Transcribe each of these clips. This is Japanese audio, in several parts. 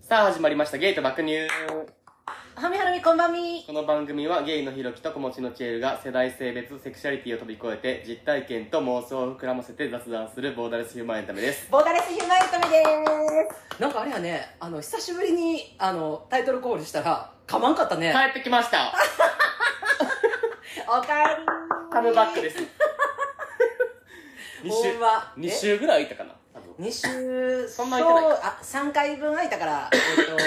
さあ始まりましたゲイと爆乳はみはるみこんばんみこの番組はゲイのひろきと子持ちのチエルが世代性別セクシャリティを飛び越えて実体験と妄想を膨らませて雑談するボーダレスヒューマンエンタメですボーダレスヒューマンエンタメでなんかあれやね、あの、久しぶりに、あの、タイトルコールしたら、かまんかった ね。帰ってきましたーすおかえりカムバックです2ほんま週2週ぐらいいたかな多分2週、そんな空いてないそうあ、3回分空いたから、えっと、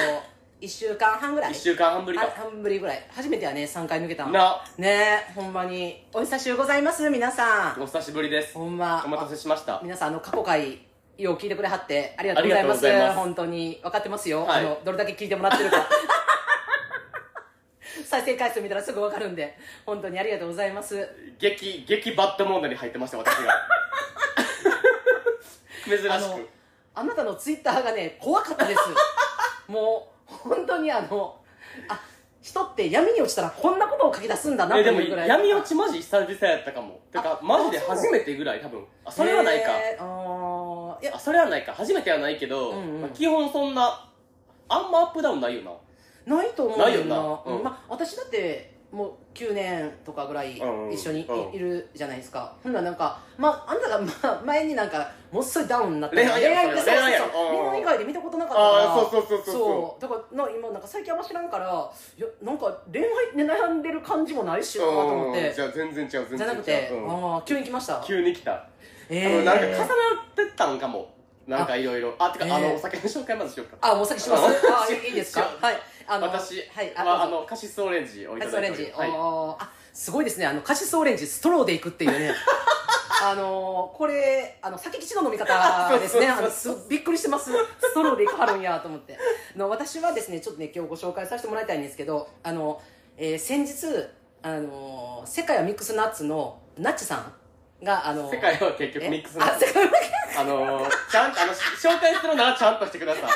1週間半ぐらい。 1週間半ぶりあか半ぶりぐらい。初めてやね、3回抜けたのなねえ、ほんまに。お久しゅうございます、皆さん。お久しぶりですほんま。お待たせしましたあ皆さん、あの、過去回、よう聞いてくれはって、ありがとうございます。ありがとうございます本当に。分かってますよ。はいあの、どれだけ聞いてもらってるか。 再生回数見たらすぐ分かるんで、本当にありがとうございます。激激バッドモードに入ってました私 が珍しあのくあなたのツイッターがね怖かったです もう本当にあのあ人って闇に落ちたらこんなことを書き出すんだなえとでもいうぐらい闇落ちマジ久々やったかもてかマジで初めてぐらい多分あそれはないか、ねえあーいやあそれはないか初めてはないけど、うんうんまあ基本そんなあんまアップダウンないよなないと思うないよなうんうんまあ、私だってもう9年とかぐらいうんうん一緒にい,、うんるじゃないですかほんならなんか、まあ、あなたが、まあ、前になんかもっそりダウンになった恋愛やでそれは恋愛やそうそうそううんうん恋愛以外で見たことなかったからああーそうそうそうそうそうだからな今なんか最近あんま知らんからいやなんか恋愛で悩んでる感じもないしなと思っうんてじゃあ全然違う全然違うじゃなくて、うんああ急に来ました急に来た、え多分ー、なんか重なってったんかもなんかいろいろあてか、えーあのお酒の紹介まずしようかあもう 先しますうんああいいですかしようはいあ私はいあ,どうぞ、はあのカシスオレンジをいカたシスだオレいンておりジ、ますはいおーあすごいですねあのカシスオレンジストローでいくっていう ねあのーこれあの酒吉の 飲み方ですねあのすびっくりしてますストローでいくはるんやと思っての私はですねちょっとね今日ご紹介させてもらいたいんですけどあの、えー先日あのー世界はミックスナッツのナッチさんがあのー世界は結局えミックスナッあツ世界はあのー、ちゃんとあのし紹介するならちゃんとしてください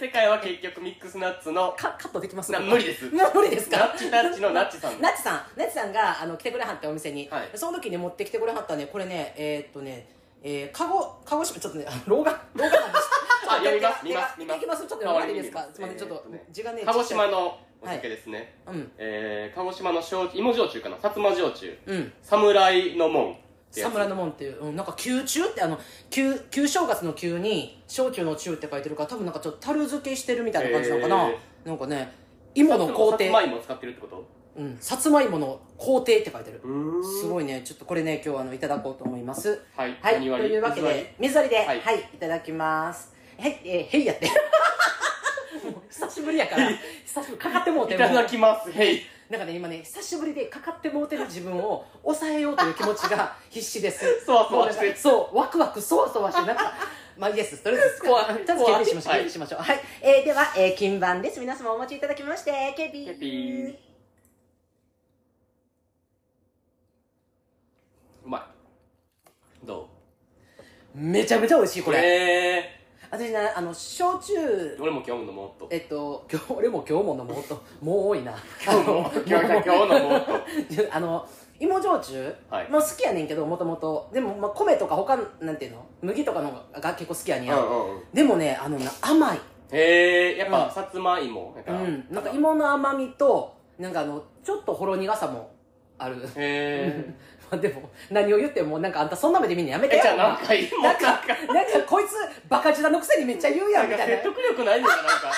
世界は結局ミックスナッツのカカットできますな無理ですも う無理ですかナッチタッチのナッチさんナッチさんナッチさんがあの来てくれはってお店に、はいその時に持ってきてくれはったねこれねえーっとねえー、かご鹿児島ちょっとねあ老眼老眼な んですあ読みます手が見ます手が手が手がちょっとねあ悪いですか見ますすいませんちょっとえーっとね字がね鹿児島ちっのお酒ですね、ちゃいうんえー、鹿児島の焼芋焼酎かな薩摩焼酎うん侍の門ってやつ侍の門っていう、うん、なんか宮中ってあの旧旧正月の旧に焼酎の中って書いてるから多分なんかちょっと樽漬けしてるみたいな感じなのかな、へなんかね芋の工程さつまいも使ってるってことうん、さつまいもの工程って書いてるうすいごいねちょっとこれね今日あのいただこうと思いますはい、はい、と何割いうわけ何割で、水割りで、ははいい、い、ただきます。はい、えー、へいやって。 もう久しぶりやから、久しぶり、かかってもうていもうただきますへいなんかね、今ね、久しぶりでかかってもうてる自分を抑えようという気持ちが必死です。そわそもうわなんしかてるそう、ワクワク、そわそわして、なん か、まあ、イエス、とりあえず、怖いとりあえず、怖い警備しましょう、はい警備しましょう。はい、えー、では、えー、金番です。皆様お持ちいただきまして、警備。ケピーうまいど、めちゃめちゃ美味しいうこれ。え私ね、あの、焼酎ー、俺も今日のもっとえっと、今日俺も今日も飲もうともう多いな 今日の今日の今日のもっと あの芋焼酎、はいもう好きやねんけどもともとでも、まあ、米とか他のなんていうの麦とかの方が結構好きやねんや、うんうんうんでもねあのな甘い、へえやっぱ、うんさつまいもやかうらん、なんか芋の甘みとなんかあのちょっとほろ苦さもある へまあでも何を言ってもなんかあんたそんな目で見んのやめーてえよじゃあなんかいいもんななんんかかなんかこいつバカ舌のくせにめっちゃ言うやなんんみかたい説な得力ないのかなんか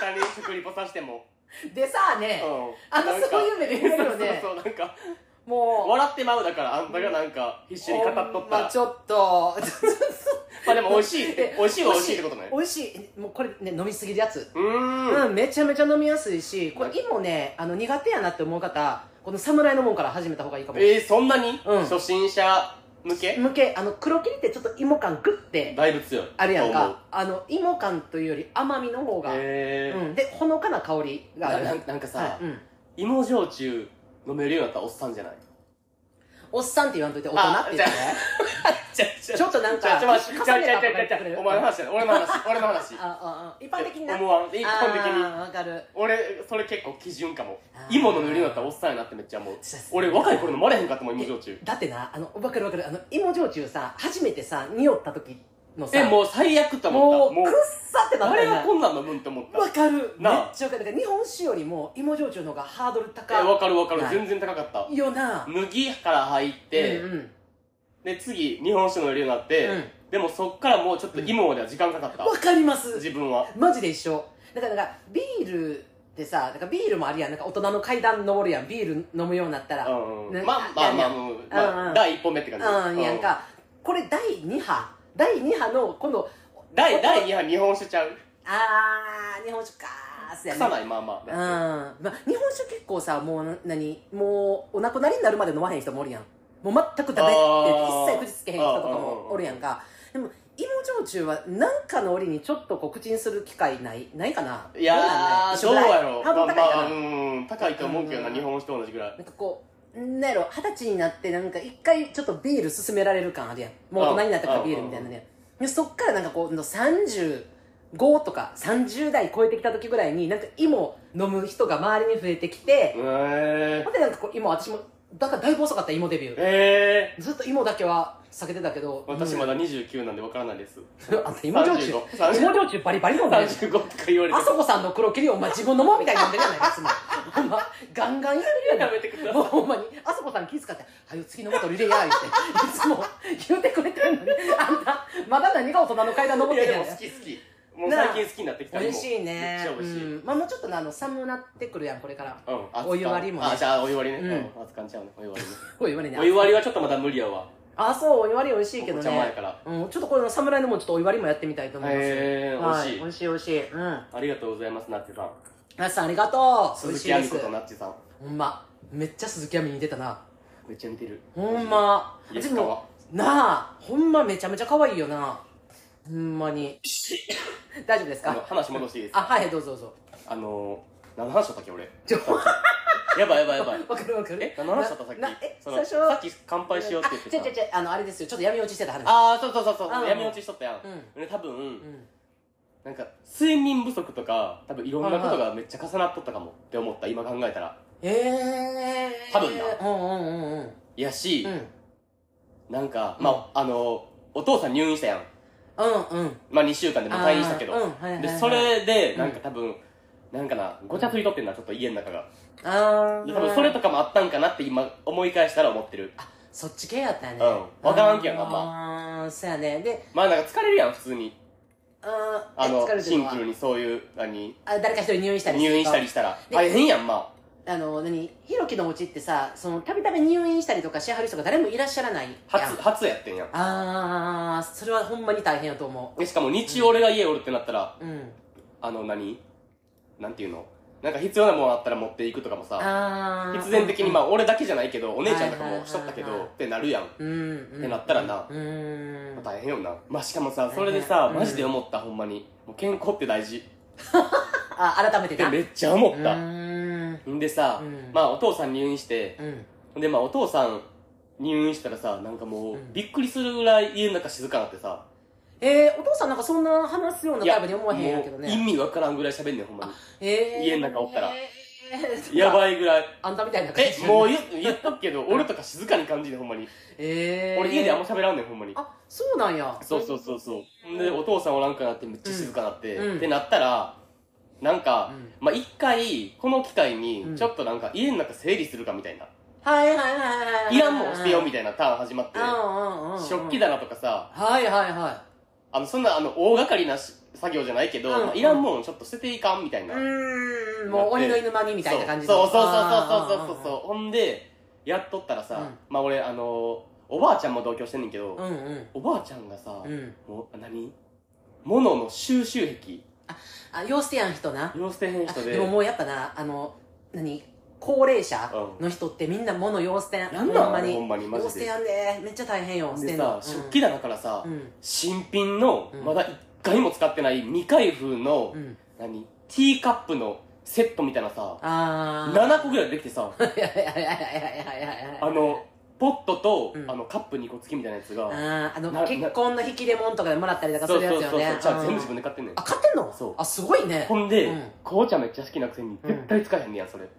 簡単に食リポさせてもでさあうね、んあのなんかそういう目で見るよねそうそうそうなんかもう笑ってまうだからあんたがなんか必死に語っとったらまあ、ちょっとまあでも美味しいって美味しいは美味しいってことね美味しいもうこれね飲みすぎるやつうーんうんめちゃめちゃ飲みやすいしこれ芋ねあの苦手やなって思う方この侍のもんから始めた方がいいかもえー、そんなに、うん初心者向け向けあの黒切りってちょっと芋感グッてだいぶ強いあるやんと思うかあの芋感というより甘みの方が、へえうん、でほのかな香りがあなるななんかさ、はいうん、芋焼酎飲めるようになったらおっさんじゃないおっさんって言わんといて大人って言ってねちゃちちょっとなんちゃかちょちょちょちょ重ねたとか言ってくれちるょお前の話じゃない俺の話俺の話あああ一般的にな思わん一般的にあーわかる俺それ結構基準かもあー芋の塗りになったらおっさんやなってめっちゃ思うそうです俺若い頃飲まれへんかったもん芋焼酎だってなあの分かる分かるあの芋焼酎さ初めてさ匂った時のさえもう最悪と思っもうたもくっうさってなった誰よがねこんなん飲むんと思ったわかるめっなあちゃわかるだから日本酒よりも芋焼酎の方がハードル高えわかるわかるはい全然高かったいよな麦から入って、うんうんで次日本酒の入れるようになって、うんでもそっからもうちょっと芋までは時間かかった、わかります自分はマジで一緒だからなんかビールってさなんかビールもあるやんなんか大人の階段登るやんビール飲むようになったらううんうんねまあまあまあいやいやうんまあうんうん第一歩目って感じんやんうかこれ第2波第2波の今度ん第第2波日本酒ちゃうあー日本酒かーすやね腐ないまあまうんあまあ、日本酒結構さもうな何もうお亡くなりになるまで飲まへん人もおるやんもう全くダメってあー一切口つけへん人とかもおるやんかでも芋焼酎は何かの折にちょっとこう口にする機会ないないかないいやーどうやろう多分高いかな、まあまあうん高いと思うけどなうん日本酒と同じぐらいなんかこうんなんやろ二十歳になってなんか一回ちょっとビール勧められる感あるやんもう大人になったからビールみたいなねでそっからなんかこう35とか30代超えてきた時ぐらいになんか芋飲む人が周りに増えてきて、えほんでなんかこう芋私もだからだいぶ遅かった芋デビュー、えーずっと芋だけは避けてたけどー、私まだ、だ29なんでわからないですうんあんた芋焼酎35芋焼酎バリバリ飲んでる35とか言われてあそこさんの黒霧お前自分飲もうみたいに飲んでるじゃないですかほんまガンガンやるやんやめてくださいもうほんまにあそこさん気遣って「はよ次のこと入れや」言っていつも言うてくれてるのにあんたまだ何が大人の階段登いってやるでやんも好き好きもう最近好きになってきた美味しいねめっちゃ美味しい、うんまあ、もうちょっとなあの寒なってくるやんこれからうん、熱燗お湯割りもねあじゃあお湯割りねうんうん熱燗ちゃうねお湯割りねお湯割りねお湯割りはちょっとまだ無理やわあそうお湯割り美味しいけどおね茶前からうん、ちょっとこの侍のもちょっとお湯割りもやってみたいと思いますへーはい、美味しい美味しい美味しいうんありがとうございますなっちさん皆さんありがとう鈴美味し木い亜で美す子となっちさんほんまめっちゃ鈴木亜美に似てたなめっちゃ似てるほんまいやでもなあほんまめちゃめちゃ可愛いよなほんま に大丈夫ですあのか話戻していいですかあはいどうぞどうぞあのー、何の話だったっけ俺ちょやばいやばいやばいわかるわかるえ何の話だったさっきななえその最初さっき乾杯しようって言ってあ違う違う違うあのあれですよちょっと闇落ちしてた話ああそうそうそうそううん闇落ちしとったやん、うで多分、うんなんか睡眠不足とか多分いろんなことがめっちゃ重なっとったかもって思った今考えたらええー、多分なうんうんうんうんいやし、うんなんかまあ、あのお父さん入院したやんうんうんまあ2週間でもう退院したけど、あーうんはいはいはいでそれでなんか多分、なんかなごちゃついとってんなちょっと家の中があでー多分それとかもあったんかなって今思い返したら思ってるそっち系やったねうんわからんけどなまあーそうやねでまあなんか疲れるやん普通にあーあの疲れてシるンはプルにそういう何あ誰か一人入院したりする入と院したりしたらで大変やんまあの何ひろきのお家ってさそのたびたび入院したりとかしはる人が誰もいらっしゃらないやんあ初初やってんやんああそれはほんまに大変やと思でしかも日曜俺が家おるってなったら、ううんあの何なんていうのなんか必要なものあったら持っていくとかもさああ必然的にまあ俺だけじゃないけどお姉ちゃんとかはいもはいはいはいしとったけどってなるやんうんっってなったらなうーん大変よなまあしかもさ変それでさうんマジで思ったほんまにもう健康って大事っあ改めててなめっちゃ思うったーんんでさうんまあお父さん入院してうんでまあお父さん入院したらさなんかもううんびっくりするぐらい家の中静かなってさえー、お父さんなんかそんな話すようないやタイプに思わへんやけどもう意ね味わからんぐらい喋んねんほんまえー、家の中おったらえーにやばいぐらいあんたみたいな感じえもう言言っとくけど俺とか静かに感じてほんまにえー、俺家であんま喋らんねんほんまにあそうなんやそうそうそうそうでお父さんおらんくなってめっちゃ静かなって、うんってなったらなんか、うんまあ一回この機会うにんちょっとなんか家の中整理するかみたいな、はいはいはいはいはいいらんもん捨てようみたいなターン始まって、うんうんうんうん食器棚とかさはいはいはあのそんなあの大掛かりなし作業じゃないけど、うんうんまあ、いらんもんちょっと捨てていかんみたいいな、うーんもう鬼の犬間にみたいな感じのそうそうそうそうそうそうそううほんでやっとったらさ、うんまあ俺あのおばあちゃんも同居してんねんけど、うんうんおばあちゃんがさ、うんもう何物の収集癖あ要捨てやん人な要捨てへんあ人ででももうやっぱなあの何高齢者うんの人ってみんな物要捨てやんなんなんほんまにほんまにマジで要捨てやんでめっちゃ大変よ捨てでんのさ、食器棚からさ、うんうん新品のうんまだ一回も使ってない未開封の、うん何ティーカップのセットみたいなさああ7個ぐらいできてさいやいやいやいやいやいやいやあのポットと、うんあのカップ2個付きみたいなやつがあーあのなな結婚の引き出物とかでもらったりとかすそうるそやうつそうそうよねじゃあ全部自うん分で買ってんねんあ買ってんのそうあすごいねほんで、うん紅茶めっちゃ好きなくせに絶対使えへんねやそれな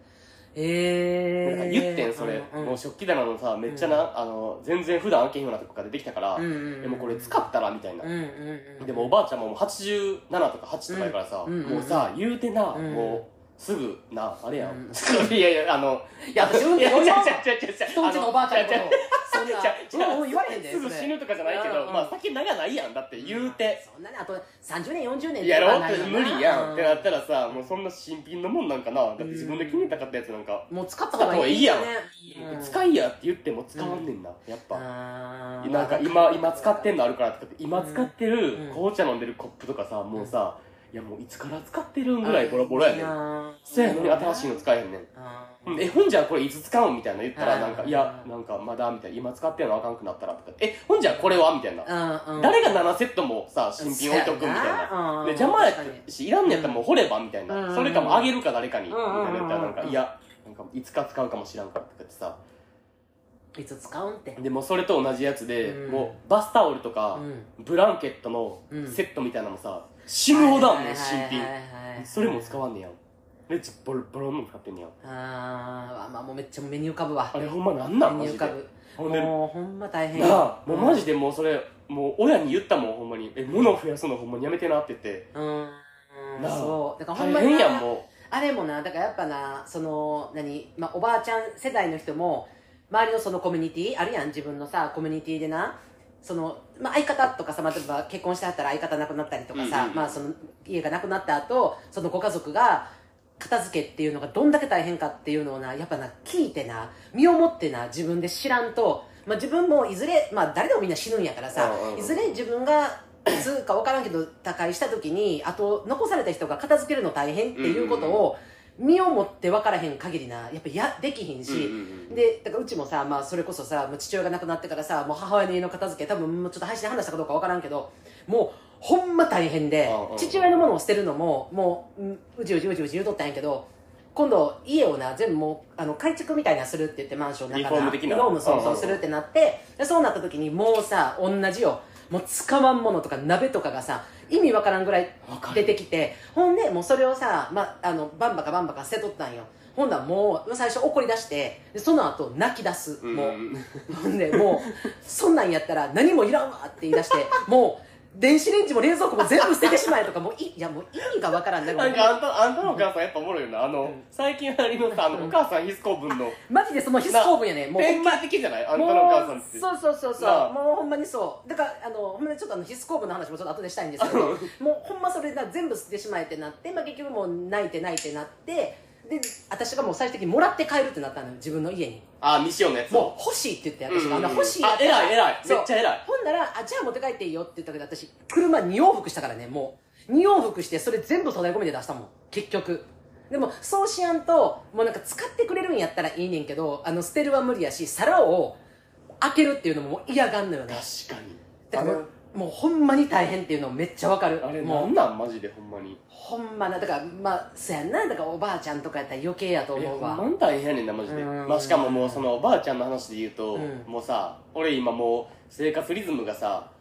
んえかー、言ってんそれ、うんもう食器棚のさめっちゃな、あの全然普段開けへんようなとこから出てきたから、うんうんうんでもこれ使ったらみたいな、うんうんうん、でもおばあちゃんももう87とか8とかやからさ、うんうんうんもうさ言うてな、うんもうすぐなあれやん、ういやいやあのいや私うんいやこ違う違う違のう違う人んちのおばあちゃんのことそんじゃじなゃうんうん言われへんですぐ死ぬとかじゃないけど、まあ先長ないやんだって言うて、そんなにあと30年40年やろとうかっないてよな無理やんってなったうらさもうそんな新品のもんなんかなだって自分で決めたかったやつなんか、んもう使った方がいい使ったよねうん使いやって言っても使わんねんな、やっぱ、あーなんか今今使ってんのあるからって今使ってるうん紅茶飲んでるコップとかさもうさ、いやもういつから使ってるんぐらいボロボロやねんあーそうやのに新しいの使えへんねんあうんえ、ほんじゃこれいつ使うんみたいな言ったうら、んなんか、いや、なんかまだ、みたいな、今使ってんのあかんくなったら、とか、え、ほんじゃこれはみたいな。ーうんうん誰が7セットもさ、新品置いとくみたいそうやな。なうんで、邪魔や確かにし、いらんのやったらもう掘ればみたいうんな。それかもあげるか誰かに、みうたいなん言ったら、なんか、うんいや、なんか、いつか使うかもしらんから、とかってさ。いつ使うんってでもうそれと同じやつでう、んもう、バスタオルとか、んブランケットのうんセットみたいなのもさ、死ぬほどあんねん、新はい品。はいはいはいそれも使わんねやん。めっちゃボロボロの使ってんねやん。あーまあもうめっちゃ目に浮かぶわあれほんまなんなん目マにジで浮か。ぶほんで、もうほんま大変なあもうマジででもうそれもう親に言ったもんほんまに「え物を増やすのほんまにやめてな」って言ってうんうんなあそうだからほ大んまに変やなんもあれもなだからやっぱなその何、まあ、おばあちゃん世代の人も周りのそのコミュニティあるやん自分のさコミュニティでなその、まあ、相方とかさ、まあ、例えば結婚してはったら相方亡くなったりとかさ、うんうんまあ、その家がなくなった後そのご家族が片付けっていうのがどんだけ大変かっていうのをなやっぱな聞いてな身をもってな自分で知らんと、まあ、自分もいずれ、まあ、誰でもみんな死ぬんやからさ、うんうんうんいずれ自分がいつか分からんけど他界した時にあと残された人が片付けるの大変っていうことを身をもって分からへん限りなやっぱやできひんうし、うんでだからうちもさ、まあ、それこそさもう父親が亡くなってからさもう母親の家の片付け多分もうちょっと配信で話したかどうか分からんけどもうほんま大変でうんうんうん父親のものを捨てるのももううんうじうじうじうじ言うとったんやけど今度家をな全部もうあの改築みたいなするって言ってマンションの中リフォーム的なリフォームそううんうんそううんするってなってでそうなった時にもうさ同じよもう使わんものとか鍋とかがさ意味わからんぐらいわか出るてきてほんでもうそれをさ、ま、あのバンバカバンバカ捨てとったんよほんだらもう最初怒り出してでその後泣き出すうんもう、ほんでもうそんなんやったら何もいらんわって言い出してもう電子レンジも冷蔵庫も全部捨ててしまえとかもういいやもう意味がわからんだなんかあんたあんたのお母さんやっぱおもろいよなあの最近ありのさあのお母さん必須公文のマジでその必須公文やねもう典型的じゃないあんたものうお母さんってそうそうそうそなあうもうほんまにそうだからあのほんまにちょっとあの必須公文の話もちょっと後でしたいんですけどもうほんまそれな全部捨ててしまえってなって、まあ、結局もう泣いて泣いてなってで私がもう最終的にもらって帰るってなったのよ自分の家にあ未使用のやつもう欲しいって言って私が、うんうんうんあの欲しいやあったら偉い偉いめそうっちゃ偉いほんならあじゃあ持って帰っていいよって言ったけど私車2往復したからねもう2往復してそれ全部粗大ゴミで出したもん結局でもそうしやんともうなんか使ってくれるんやったらいいねんけどあの捨てるは無理やし皿を開けるっていうのももう嫌がんのよね確かにだからもうほんまに大変っていうのめっちゃわかるあれなもんうなんマジでほんまにほんまなだからまあそやんなだからおばあちゃんとかやったら余計やとえ思うわほんま大変やねんなマジでうんまあしかももうそのおばあちゃんの話で言うとうんもうさ俺今もう生活リズムがさ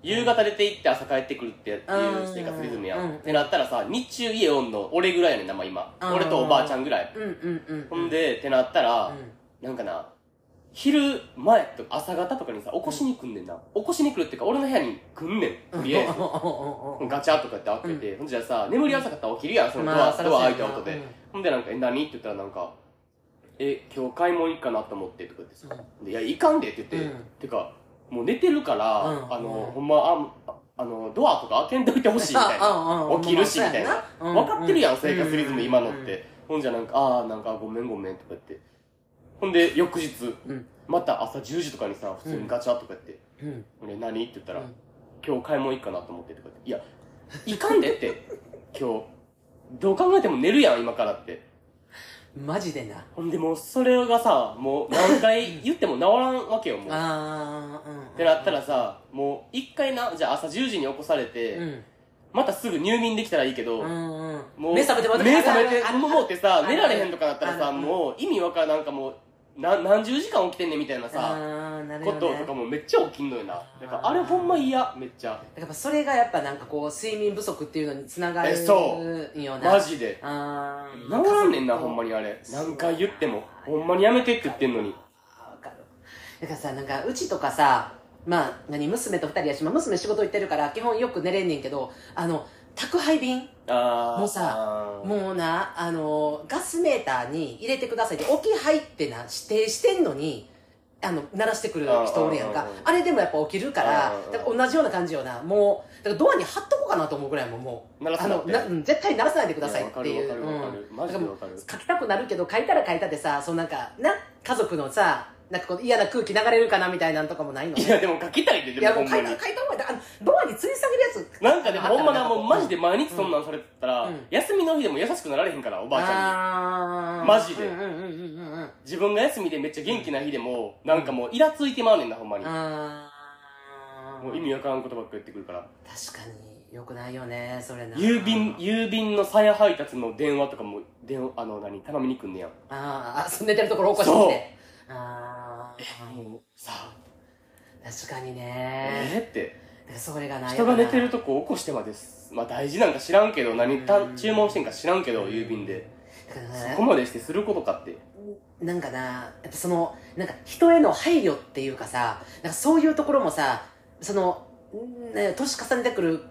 夕方出て行って朝帰ってくるっていう生活リズムやうんんってなったらさ日中家おんの俺ぐらいやねんなまあ今うん俺とおばあちゃんぐらいうんうんうんほんでってなったうらんなんかな昼前とか朝方とかにさ起こしに来んねんな起こしに来るっていうか俺の部屋に来んねんとりあえずガチャとかって開けて、ほんじゃさ眠り朝方起きるやんそのドア,、そらドアそう開やいたな音で、うんほんでなんか「え何?」って言ったらなんか「え今日買い物行くかなと思って」とか言ってさ「でいや行かんで」って言って、うんてかもう寝てるから、うんあの、うんほんまあああのドアとか開けんといてほしいみたい な、な起きるしみたいな、分かってるやん生活リズム今のって、ほんじゃなんか「ああなんかごめんごめん」とか言ってほんで翌日、うんまた朝10時とかにさ普通にガチャとかやってうんうん「俺何?」って言ったら「うん今日買い物行くかなと思って」とか言って「いや行かんで」って 今日どう考えても寝るやん今からってマジでなほんでもうそれがさもう何回言っても治らんわけよもうっああうんてなったらさもう一回なじゃあ朝10時に起こされて、うんまたすぐ入眠できたらいいけど、うんうんもう目覚めてまた目覚めてあもうもうってさあ寝られへんとかなったらあさあもう意味わからんなんかもうな何十時間起きてんねんみたいなあさ、ーなるこよとねとかもめっちゃ起きんのよなあーだからあれほんま嫌めっちゃやっぱそれがやっぱなんかこう睡眠不足っていうのにつながるえそんよなマジであ治らんねんなほんまににあれそう何回言ってもほんまにやめてって言ってんのにわかるだからさなんかうちとかさまあ何娘と二人やし、まあ、娘仕事行ってるから基本よく寝れんねんけどあの宅配便あーもうさあーもうなあのガスメーターに入れてくださいって置き配ってな指定してんのにあの鳴らしてくる人おるやんあかーあれでもやっぱ起きるからあーだから同じような感じよなもうだからドアに貼っとこうかなと思うぐらいもんもう鳴らあすなっのてなうん絶対鳴らさないでくださいわってかるいわうかるわかうんるマジでわかる書きたくなるけど書いたら書いたでさそうなんかな家族のさなんかこう嫌な空気流れるかなみたいなんとかもないのい やでも書きたいでいでもやほもうん書まいにた書いた方がいいあのドアに吊り下げるやつなんかでもほんまなもうマジでで毎日そんなんされてたら、うん休みの日でも優しくなられへんからおばあちゃんにゃマジでうんうんうんうんうんうん自分が休みでめっちゃ元気な日でもなんかもうイラついてまうねんなほんまにあーもう意味わからんことばっか言ってくるから確かによくないよねそれな郵便郵便の再配達の電話とかも電話あの何頼みに来んねやんあーあそう寝てるところ起こしてきてあもうさああ確かにえねー、ってだからそれがない人が寝てるとこ起こしてまですまあ大事なんか知らんけど何たうん注文してんか知らんけど郵便でだからそねこまでしてすることかってなんかなやっぱそのなんか人への配慮っていうかさなんかそういうところもさその、んね、年重ねてくる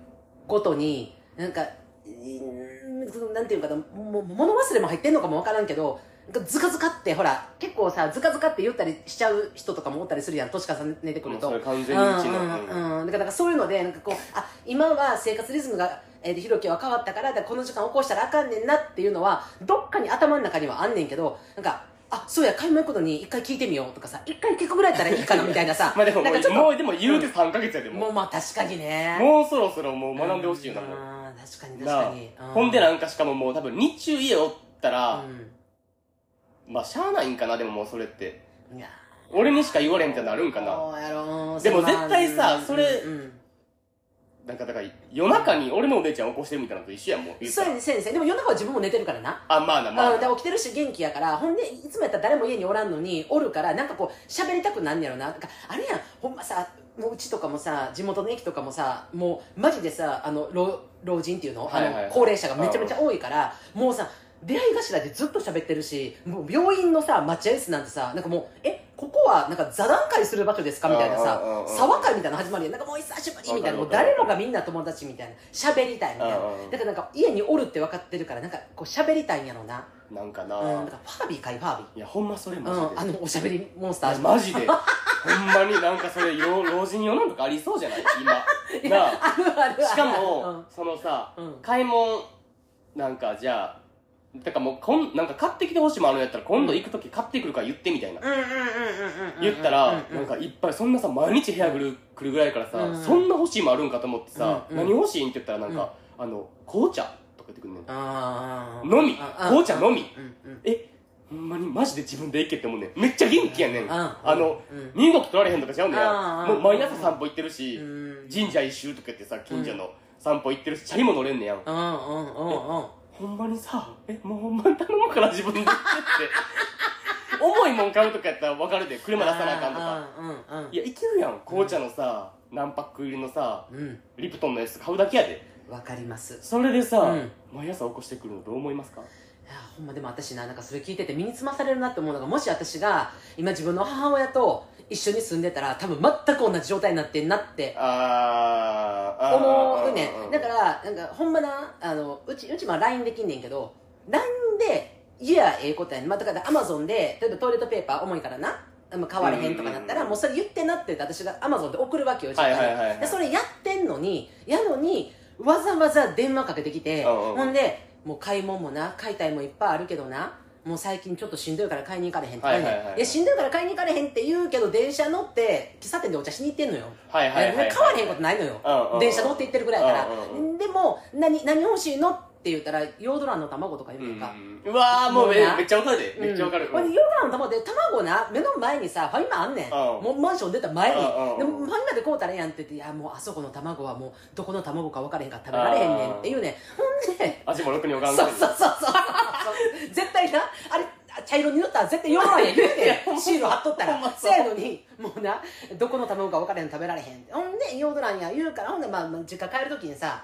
ごとになんかうんそのなんていうかなもう物忘れも入ってんのかもわからんけどなんかズカズカってほら結構さズカズカって言ったりしちゃう人とかもおったりするやん年重ねてくもるうとそれ完う全にうちの、うんんうんうんだからなんかそういうのでなんかこうあ今は生活リズムが、えー、ひろきは変わったからだからこの時間起こしたらあかんねんなっていうのはどっかに頭の中にはあんねんけどなんかあそうや買い物行くのに一回聞いてみようとかさ一回聞くぐらいやったらいいかなみたい なさまあでもなもんかちょうもっとうでも言うて3ヶ月やでももうまあ確かにねうもうそろそろもう学んでほしいよなうもう確かに確かにうほんでなんかしかももう多分日中家おったらうまあしゃあないんかなでももうそれってんいや俺にしか言われんってなるんかなどうやろうでもそんな絶対さうんそれうんうんなんかだから夜中に俺のお姉ちゃん起こしてるみたいなのと一緒やんもう言ったそうらやね先生でも夜中は自分も寝てるからなあまあなまあなあで起きてるし元気やからほんでいつもやったら誰も家におらんのにおるからなんかこう喋りたくなんねやろななんかあれやんほんまさもううちとかもさ地元の駅とかもさもうマジでさあの老老人っていうの,、はいはいはいあの高齢者がめちゃめちゃ多いからもうさ出会い頭でずっと喋ってるしもう病院のさ待合室なんてさなんかもうえここはなんか座談会する場所ですかみたいなさうんうんうんうん騒会みたいなの始まるやんなんかもう久しぶりみたいなもわうかるわかる誰もがみんな友達みたいな喋りたいみたいなうんうんうんだからなんか家におるって分かってるからなんかこう喋りたいんやろうななんかう、なんだからファービーかいファービいやほんまそれマジでー、うん、あのおしゃべりモンスタあーマジでほんまになんかそれ老老人用なんとかありそうじゃない 今なああるあるあるしかも、そのさうんうん、買い物なんかじゃあだからもうこんなんか買ってきてほしいもんあるんやったら今度行く時買ってくるから言ってみたいな、うんうんうんうんうん言ったら、うんなうんんかいっぱいそんなさ毎日部屋来る来るぐらいからさ、うんそんな欲しいもんあるんかと思ってさ、うん何欲しいんって言ったらなんか、あの紅茶とか言ってくんねん、あーのみあー紅茶のみうんうんえほんまにマジで自分で行けって思うねんめっちゃ元気やねん、うんあうんの、うん身動き取られへんとかちゃうねんやあーもう毎朝散歩行ってるし、うん神社一周とか言ってさ近所の散歩行ってるしチャリも乗れんねやん、うんうんうんうんほんまにさえもうほんまに頼もうから自分で行ってって重いもん買うとかやったら分かるで車出さなあかんとかかうんうんいやいけるやん紅茶のさ、何パック入りのさうんリプトンのやつ買うだけやでわかりますいそれでさ、うん毎朝起こしてくるのどう思いますかやほんまでも私ななんかそれ聞いてて身につまされるなって思うのがもし私が今自分の母親と一緒に住んでたら多分全く同じ状態になってんなってあーあー思うねあーあーだからなんかほんまなあのうちうちまあ LINE できんねんけど LINE でいやええことやねん、まあ、だからアマゾンで例えばトイレットペーパー重いからなあんま買われへんとかなったうんうんうらんもうそれ言ってなって言って私がアマゾンで送るわけよ実はい家はいはいはいにでそれやってんのにやのにわざわざ電話かけてきてうんうんほんでもう買い物もな買いたいもんいっぱいあるけどなもう最近ちょっとしんどいから買いに行かれへんとかはいね、はいはいいやしんどいから買いに行かれへんって言うけど電車乗って喫茶店でお茶しに行ってんのよはいはいはいはい買われへんことないのよ、うんうんうん電車乗って行ってるぐらいやから、うんうんでも何何欲しいのって言ったらヨード卵の卵とか言ううねんか、んうわーもうめもうなめっちゃわかるでうんめっちゃわかる、ほんでヨード卵の卵で卵な目の前にさファミマあんねん、んもうマンション出た前に、うんでうんうんファミマで買うたらええやんって言って「いやもうあそこの卵はもうどこの卵か分からへんから食べられへんねん」って言うねんほんで味もろくにわかんそなういそうそうそう絶対なあれあ茶色に塗ったら絶対汚らへん言ういやてほんまシール貼っとったほんまらそせうやのにもうなどこの卵か分からへんの食べられへんってほんでヨードランや言うからほんで、まあ、まあ実家帰る時にさ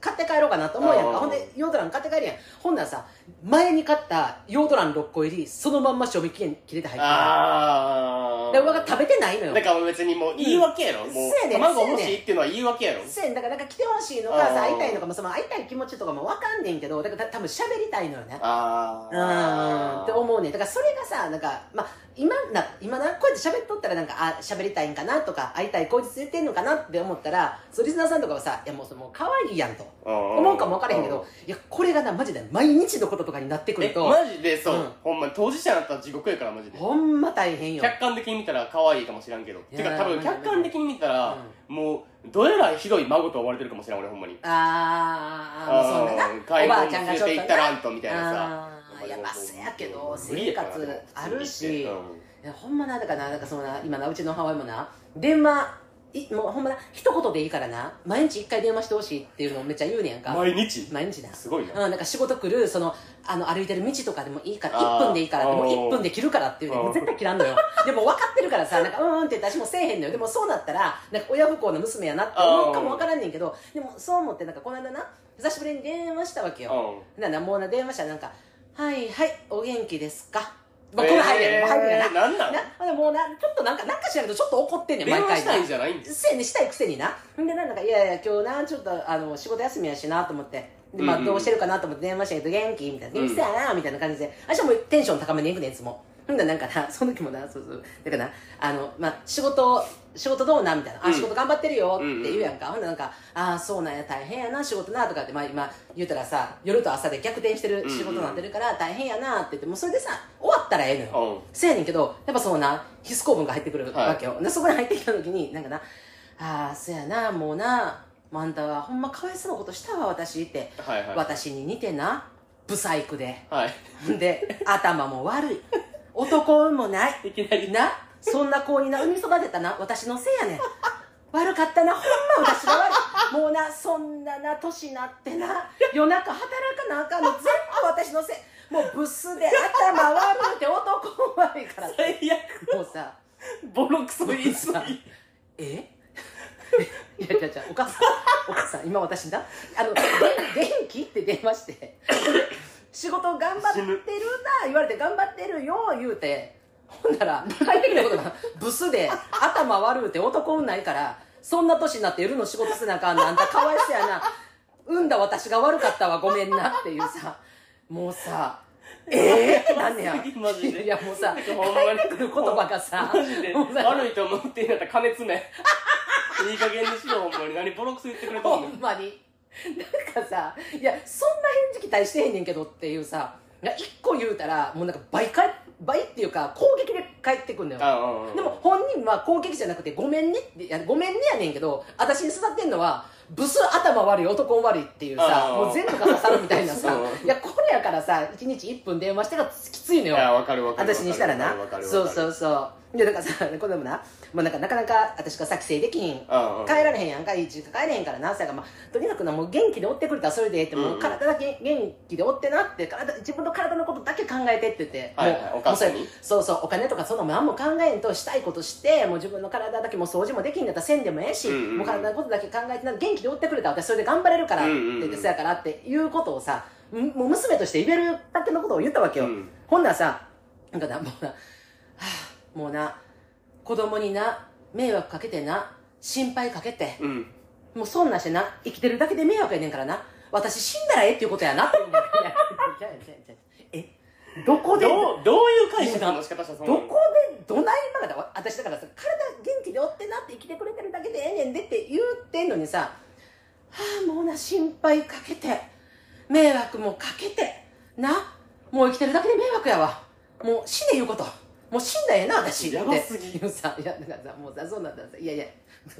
買って帰ろうかなと思うやんあーかほんでヨードラン買って帰るやんほんならさ前に買ったヨードラン6個入りそのまんま賞味期限切れて入ってたああで俺が食べてないのよだから別にもう言い訳やろ、もうそうやねん卵欲しいっていうのは言い訳やろせんだからなんか来てほしいのかさうん会いたいのかもその会いたい気持ちとかも分かんねんけどだからた多分喋りたいのよねあうあんって思うねんだからそれがさなんか、まあ、今な今なこうやって喋っとったらなんかあ喋りたいんかなとか会いたい口実言ってんのかなって思ったらそうリスナーさんとかはさ「いやもうそのもう可愛いやん」とうん思うかも分からへんけどいやこれがなマジで毎日のこととかになってくるえとマジでそう、うんほんまに当事者になったら地獄やからマジでほんま大変よ客観的に見たら可愛いかもしらんけどやてか多分マジで客観的に見たら、もうどえらいひどい孫と思われてるかもしれん俺ほんまにあーあーそうだなうんお買いば物あちゃんが連ちれょってと行なったらあんとみたいなさあーいやまあそやけど無理生やから活あるし、うんいやほんまなだからななんかそのな今なうちの母親もな電話いもうほんまな一言でいいからな毎日一回電話してほしいっていうのをめっちゃ言うねやんか毎日毎日なすごいな、うん、なんか仕事来るそのあの歩いてる道とかでもいいからあー1分でいいからってもう1分で切るからっていうねうんもう絶対切らんのよでも分かってるか らさなんかうーんって言って私もせえへんのよでもそうなったらなんか親不孝な娘やなって思うかも分からんねんけどでもそう思ってなんかこの間な久しぶりに電話したわけようななもうな電話したらなんか「はいはいお元気ですか」まんあ、この入りやね、入りやなえーなんなんな ほんでもうなちょっとなんかなんか知らんけどちょっと怒ってんねん電毎話回したいんじゃないんですせやねしたいくせになほんでなんか「いやいや今日なちょっとあの仕事休みやしな」と思ってで、まうあ、んうんどうしてるかなと思って電話したけど「元気?」みたいなう「ん元気だな」みたいな感じで私はもうテンション高めにいくねんいつもほんでなんかな その時もなそうそうだからなあの、まあ、仕事仕事どうなみたいな「うあん仕事頑張ってるよ」って言うやんか、ほんでなんか「ああそうなんや大変やな仕事な」とかって、まあ、今言うたらさ夜と朝で逆転してる仕事になってるから大変やなって言ってもうそれでさ終わったらええのよ、うんせやねんけど、やっぱそうな、ヒス構文が入ってくるはいわけよ。で、そこに入ってきた時に、なんかな、ああ、そやな、もうな、もうあんたはほんまかわいそうなことしたわ、私って。はいはい私に似てな、不細工で。はいほんで、頭も悪い。男運もない。いきなりな、そんな子にな、産み育てたな、私のせいやねん。悪かったな、ほんま私が悪い。もうな、そんなな、年なってな、夜中働かなあかんの、全部私のせい。もうブスで頭悪くて男悪いからって。最もうさ、悪ボロクソ言いすぎさえいやいやいやお母さんお母さん今私なあので「元気?」って電話して「仕事頑張ってるな」言われて「頑張ってるよ」言うてほんなら帰ってきたことがブスで頭悪うて男運ないからそんな年になって夜の仕事せなあかんのあんたかわいそうやな産んだ私が悪かったわごめんなっていうさもうさええー、なんねやマジでいやもうさなんかほんまに帰ってくる言葉がさマジで もうさ悪いと思ってんやったら金詰めいい加減にしろほんまに何ボロクソ言ってくれたほのんまになんかさいやそんな返事期待してへんねんけどっていうさいや一個言うたらもうなんか倍か倍っていうか攻撃で返ってくんだよあうんうんうんでも本人は攻撃じゃなくて「ごめんね」っていや「ごめんね」やねんけど私に育ってんのはブス頭悪い男悪いっていうさあーもう全部が刺さるみたいなさそういやこれやからさ1日1分電話してがきついのいよやわかるわかるわかる私にしたらなわかるわかるそうそうそうでなんかさこれもなもうなんかなかなか私がさ帰省できひんうんうん帰られへんやんか一時帰れへんからなそやからまあとにかくなもう元気でおってくれたらそれでええって、うんうんもう体だけ元気でおってなって体自分の体のことだけ考えてって言って、はいはいもうお母さんにもうそうそうそうお金とかそんなもん何も考えんとしたいことしてもう自分の体だけもう掃除もできんだったらせんでもええし、うんうんうんもう体のことだけ考えてな元気でおってくれたら私それで頑張れるからって言って、うんうんうんそやからっていうことをさんもう娘として言えるだけのことを言ったわけよ、うんほんならさなんかなもうな、はあ、もうな子供にな迷惑かけてな心配かけて、うんもうそんなんしてな生きてるだけで迷惑やねんからな私死んだらええっていうことやなって思うねんいやいやいやいやえどこでどうどういう解釈の仕方したそのどこでどないまだわ私だからさ体元気でおってなって生きてくれてるだけでええねんでって言ってんのにさはあもうな心配かけて迷惑もかけてなもう生きてるだけで迷惑やわもう死ね言うこともう死んだらええな私ってやばすぎ言うさいやだからさもうさそうなんだいやいや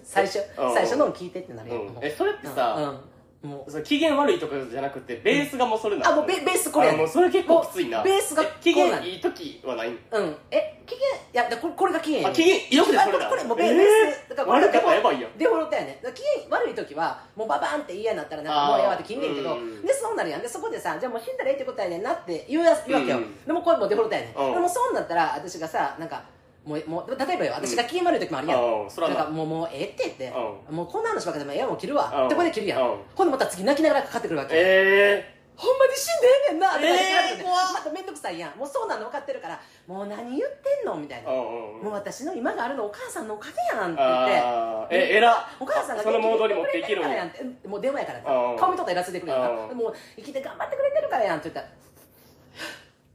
最初うん最初のを聞いてってなるやんうんえそれってさ、うん、もうその機嫌悪いとかじゃなくてベースがもうそれなのあもうベベースこれやあもうそれ結構きついなベースがえ機こうな嫌のいい時はないうんえ機嫌いやだこれこれが機嫌あ、機嫌良くてあそれだ。これもうベーえベースでだーからこれ悪かったらやばいやん。デフォルトやねだから機嫌悪い時はもうババーンって嫌になったらなんかもうやばいって切んねんけあどーうんでそうなるやんでそこでさじゃあもう死んだらええってことやねんなって言うや言うわけよ、うんでもこれもうデフォルトやねん、うんでもそうなったら私がさなんかもうもう例えばよ私が機嫌悪い時もあるやん、ああ、そらなんな。かもうもうええって言って、うもうこんな話ばっかでもええわもう切るわ、うんってこれで切るやん、うん今度また次泣きながらかかってくるわけ、えほんまに死んでええねんなってえーって怖っまた面倒くさいやんもうそうなの分かってるからもう何言ってんのみたいえな、うんうんもう私の今があるのお母さんのおかげやんって言ってあーえ、えら。お母さんがそのモードに持っていけるんやんや。ってもう電話やかうらん顔見とったらやらせてくれるからうんもう生きて頑張ってくれてるからやんって言ったら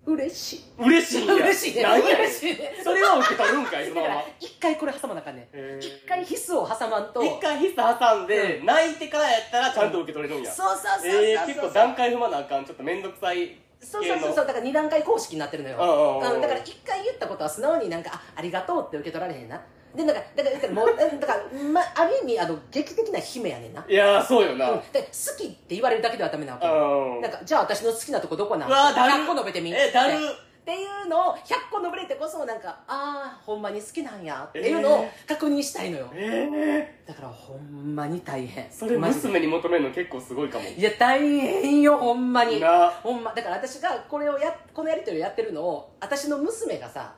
嬉しい嬉しいんや。嬉しいね何やねん嬉しいねそれは受け取るんか い、だそのまかまら。一回これ挟まなあかんねへーん一回ヒスを挟まんと一回ヒス挟んで、泣いてからやったらちゃんと受け取れるんや。そうそうそうそうえー、結構段階踏まなあかん。ちょっとめんどくさい系そうのそうそうそうだから二段階公式になってるのようんうんうんうんだから一回言ったことは素直になんかあありがとうって受け取られへんなでなんかだからだからもう うんだから、まあ、ある意味あの劇的な姫やねんな、うん、いやー、そうよな。でうん好。きって言われるだけではダメなわけうなんかじゃあ私の好きなとこどこなんうわーだる100個述べてみえだるっていうのを100個述べれてこそなんかああほんまに好きなんやっていうのをえ確認したいのよ、えだからほんまに大変ー、それマジで娘に求めるの結構すごいかも。いや大変よほんまになほんまだから私がこれをやこのやり取りをやってるのを私の娘がさ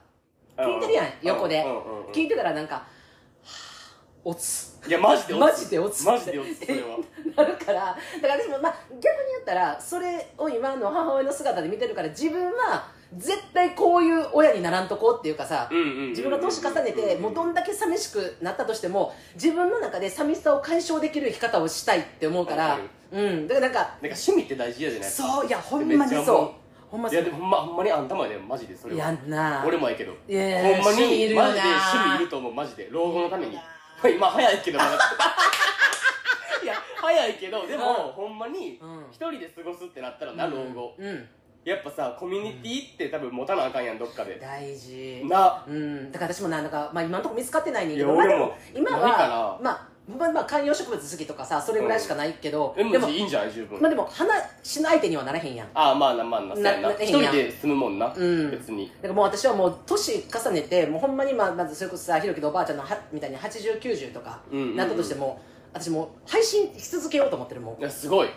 聞いてるやんう横でうんうんうん聞いてたらなんかはぁ「おついや、マジでマ落ちジでおつ」マジで落ちそれ は。なるからだから私もまあ逆に言ったらそれを今の母親の姿で見てるから自分は絶対こういう親にならんとこうっていうかさうんうんうんうん自分が年重ねてもうどんだけ寂しくなったとしても自分の中で寂しさを解消できる生き方をしたいって思うからわかうんだからなんかなんか趣味って大事やじゃないそういやほんまにめっちゃそ思うほんまいそやうでもほんまほんまにあんたまやでマジでそれやはんな俺もやけどほいやんま趣味いにるよなマジで趣味いると思うマジで老後のために今早いけ どまだいや早いけどでもうほんんまにうん一人で過ごすってなったらな老後うんやっぱさコミュニティって多分持たなあかんやんどっかで大事なうんだから私もななんか、まあ、今のところ見つかってないねんけいどやまあ、俺でもも今ないかは、まあ、まあまあ観葉植物好きとかさそれぐらいしかないけど、でもでもいいんじゃない十分まあでも話しの相手にはなれへんやんだかああまあなまあなそうやななな一人で住むもんなうん別にらもう私はもう年重ねてもうほんまにまあまずそれこそさひろきのおばあちゃんのはみたいに8090とかうんうんうんなったとしても、私もう配信し続けようと思ってるもんいやすごい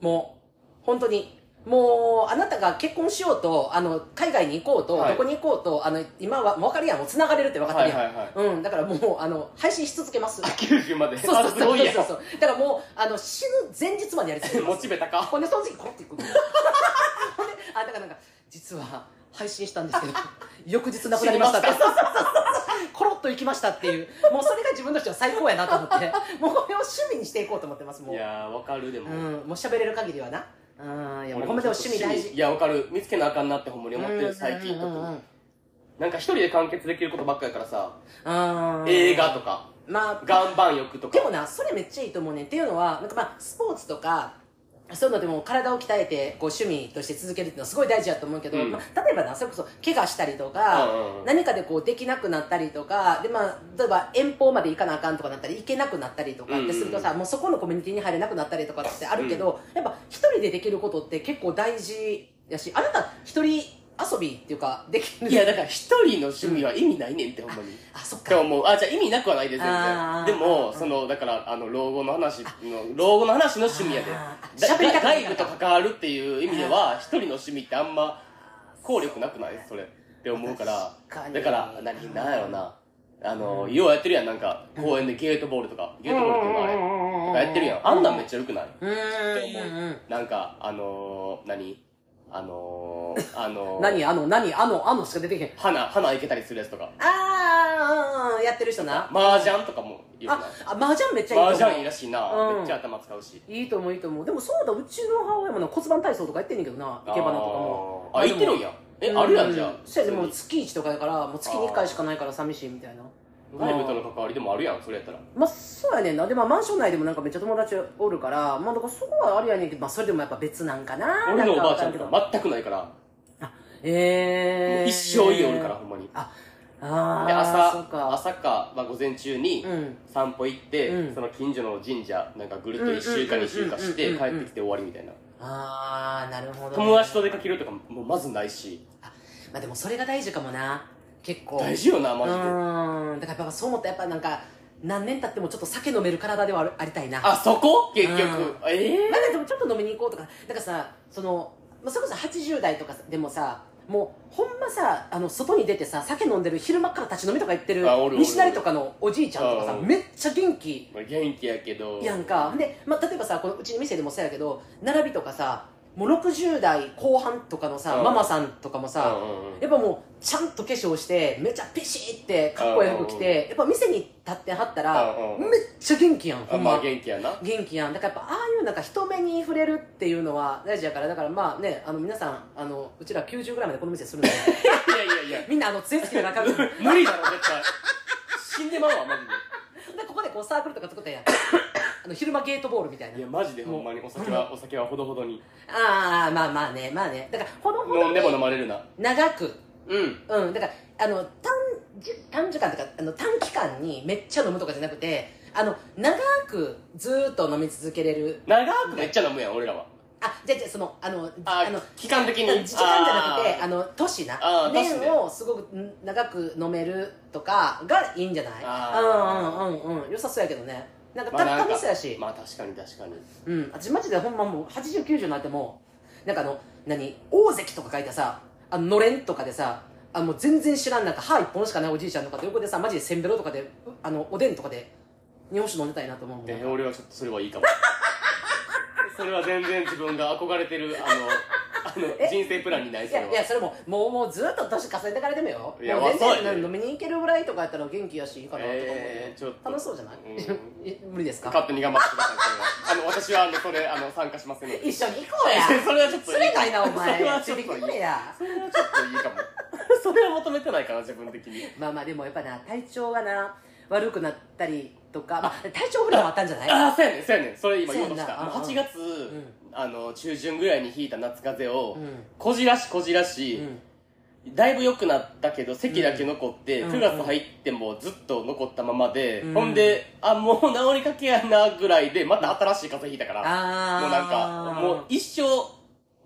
もう本当にもうあなたが結婚しようとあの海外に行こうと、はいどこに行こうとあの今はもう分かるやんもう繋がれるって分かってるやん、はいはいはいうん、だからもうあの配信し続け ます90までそうそうあそうすごいやんそうそうだからもうあの死ぬ前日までやり続けま モすチベ高ほんでその時コロっていくほんであだからなんか実は配信したん ですけど翌日亡くなりましたって死にま コロッと行きましたっていうもうそれが自分としては最高やなと思ってもうこれを趣味にしていこうと思ってますもいうやーわかるでも、うんもう喋れる限りはなうんいやもうほんまでも趣味大事いやわかる見つけなあかんなってほんまに思ってる最近特うんうんうんうにんなんか一人で完結できることばっかやからさうん映画とかまあ岩盤浴とかでもなそれめっちゃいいと思うねんっていうのはなんかまあスポーツとかそういうのでも体を鍛えてこう趣味として続けるっていうのはすごい大事だと思うけど、うんまあ、例えばなそれこそ怪我したりとか、うんうんうん何かでこうできなくなったりとかで、まあ、例えば遠方まで行かなあかんとかなったり行けなくなったりとかってするとさ、もうそこのコミュニティに入れなくなったりとかってあるけど、やっぱ一人でできることって結構大事やしあなた一人遊びっていうかできるいやだから一人の趣味は意味ないねんってほんまにあそっでかももうあじゃあ意味なくはないですよあーでもそのだからあの老後の話の老後の話の趣味やであーだ喋りたくない外部と関わるっていう意味では一人の趣味ってあんま効力なくないそれって思うから確かにだから何なんやろなあの、ようやってるやんなんか公園でゲートボールとかゲートボールっていうのあれとかやってるやんあんなんめっちゃよくないうんって思ううんうんなんかあのー、何あのー、あのー、何あの何あのあのしか出てけへん花花いけたりするやつとかああやってる人な麻雀とかもよくあないあ麻雀めっちゃいいと思う麻雀いいらしいな、うんめっちゃ頭使うしいいと思ういいと思うでもそうだうちの母親もな骨盤体操とかやってんねんけどな生け花とかもあーあ行ってるんやえあるやんじゃあそうやでも普通月1とかやからもう月2回しかないから寂しいみたいなに外部との関わりでもあるやんそれやったらまあそうやねんなでまあマンション内でもなんかめっちゃ友達おるからまあだからそこはあれやねんけどまあそれでもやっぱ別なんかな俺のおばあちゃなんとかわらけかど全くないから、えもえう一生家おるからほんまにであああそう朝か朝か、まあ、午前中にうん散歩行って、うんその近所の神社なんかぐるっと1週間うん2週間してうん帰ってきて終わりみたいなああなるほどね友達と出かけるとかもうまずないしまあでもそれが大事かもな結構大事よなうマジでーんだからやっぱそう思ったらやっぱなんか何年経ってもちょっと酒飲める体ではあるありたいなあそこ結局うんええまだでもちょっと飲みに行こうとかなんかさそのまあそれこそ80代とかでもさもうほんまさあの外に出てさ酒飲んでる昼間から立ち飲みとか行ってるあおるおるおる西成とかのおじいちゃんとかさうんめっちゃ元気まあ元気やけどやんかで、まあ、例えばさこのうちの店でもそうやけど並びとかさもう60代後半とかのさうんママさんとかもさうんうんうんやっぱもうちゃんと化粧してめちゃピシーってかっこよく着てやっぱ店に立ってはったらうんめうんっちゃ元気やんほあんままあ元気やな元気やんだからやっぱああいうなんか人目に触れるっていうのは大事やからだからまあねあの皆さんあのうちら90ぐらいまでこの店す るのでいやいやいやみんなあの杖つきで仲良くなんか無理だろ絶対死んでまうわマジここでこうサークルとか作ったんやんあの昼間ゲートボールみたいでいやなマジでほんまにお酒はお酒はほどほどにああまあまあねまあねだからほどほ飲どんにでも飲まれるな長くうんうんだからあの短じ短時間とかあの短期間にめっちゃ飲むとかじゃなくてあの長くずーっと飲み続けれる長くめっちゃ飲むやん俺らはあじゃあじゃあそのあのあの期間的に時間じゃなくてあーあの都市なあー都市ね年をすごくん長く飲めるとかがいいんじゃあないうんうんうんうん良さそうやけどねなんかまあなんか高みそうやし、まあ確かに確かにうん私マジでほんまもう8090になってもなんかあの何大関とか書いたさあののれんとかでさあのもう全然知らんなんか歯一本しかないおじいちゃんとかと横でさマジでせんべろとかでうあのおでんとかで日本酒飲んでたいなと思うもんで俺はちょっとそれ はいいかもそれは全然自分が憧れてるあのあの人生プランにないいそれやはいやそれももうもうずっと年重ねてからでもよいやもうまあ全そうや然ね飲みに行けるぐらいとかやったら元気やしいいかなとか思うよ、えーちょっと楽しそうじゃない、うえ 無理ですか勝手に頑張ってくださいそれはあの私はあのそれあの参加しませんので一緒に行こう やそれはちょっ と釣れないなおそれ前はつちょいっとていいきてくれやそれはちょっといい かもそれは求めてないかな自分的にまあまあでもやっぱな体調がな悪くなったりとか、まあ、体調不良もあったんじゃないああそうやねんそうやねんそれ今そう言おうやんなとしたもううんうん8月、んあの中旬ぐらいに引いた夏風邪を、うんこじらしこじらうし、んだいぶ良くなったけど咳だけ残って、うん9月入ってもずっと残ったままで、うんほんであもう治りかけやなぐらいでまた新しい風邪ひいたからあーもうなんかもう一生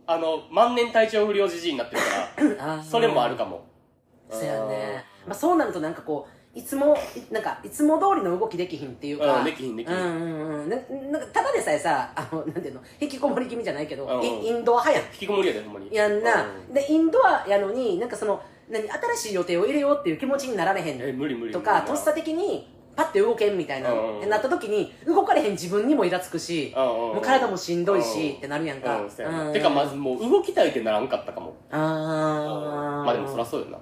あの万年体調不良じじいになってるかあーらそれもあるかもそうやね、まあ、そうなるとなんかこういつもいなんかいつも通りの動きできひんっていうか、うんできひんできひんうんうんうんななんかただでさえさあのなんていうの引きこもり気味じゃないけど、うんうんインインドア派やん引きこもりやでほんまにやんな、うでインドアやのになんかその何新しい予定を入れようっていう気持ちになられへえん無理無理と無か理とっさ的にパッて動けんみたいな、うんうんなった時に動かれへん自分にもイラつくし、うんうんうんもう体もしんどいうんし、ってなるやんか、うんそうやなてかまずもう動きたいってならんかったかもあーまあでもそらそうよな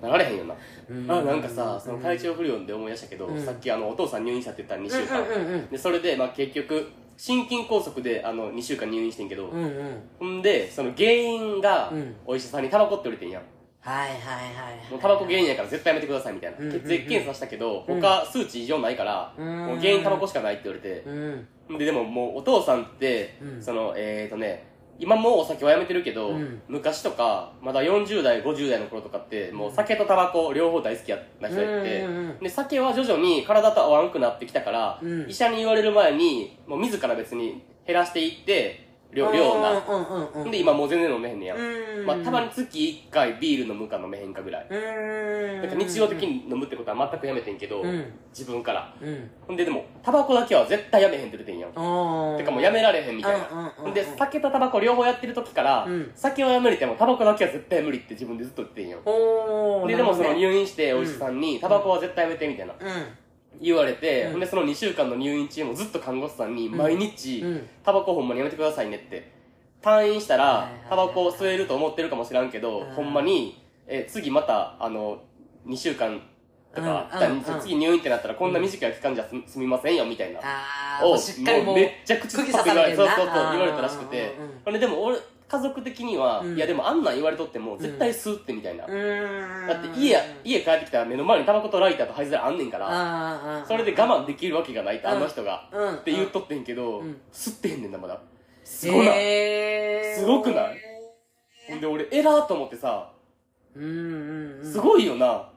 なられへんよなうんあなんかさその体調不良で思い出したけど、うんさっきあのお父さん入院したって言ったら2週間、うんうんうんでそれで、まあ、結局心筋梗塞であの2週間入院してんけど、うんうんほんでその原因がうんお医者さんにタバコって売れてんやんはいはいはいはいもうタバコ原因やから絶対やめてくださいみたいな、うんうんうん血液検査したけど、うん他数値異常ないから、うんもう原因タバコしかないって言われてう、んほんででももうお父さんって、うんそのえっ、ー、とね今もうお酒はやめてるけど、うん昔とかまだ40代50代の頃とかってもう酒とタバコ両方大好きやな人やって、うんうんうんで酒は徐々に体と合わなくなってきたから、うん医者に言われる前にもう自ら別に減らしていって量量をな、うんうんうんうんで今もう全然飲めへんねや、うんまあ、たまに月1回ビール飲むか飲めへんかぐらい、うんなんか日常的に飲むってことは全くやめてんけど、うん自分からうんほんででもタバコだけは絶対やめへんって出てんやんあーてかもうやめられへんみたいうんうなんうんうん。ほんで、酒とタバコ両方やってる時からうん、酒はやめれてもタバコだけは絶対無理って自分でずっと言ってんよ。おーで、でもそのなるほどね入院してお医者さんに、タバコは絶対やめてみたいな言われて、うんほんでその2週間の入院中もずっと看護師さんに毎日うんうん、タバコほんまにやめてくださいねって。退院したはいはらいはい、タバコを吸えると思ってるかもしらんけどうん、ほんまに、え、次また、あの、2週間とか、うんだうんうん次入院ってなったらこんな短い期間じゃ済済みませんよみたいな。あーをもうしっかりもうめっちゃ口酸っぱく言われそうそうそう言われたらしくてうんうんうんほんででも俺家族的には、うんいやでもあんなん言われとっても絶対吸うってみたいな、うんだって家家帰ってきたら目の前にタバコとライターと灰皿あんねんからあーあーそれで我慢できるわけがないってうんあの人が、うんって言っとってんけど、うん吸ってへんねんなまだすごない、へーすごくないほんで俺えらーと思ってさうんうんうんすごいよな、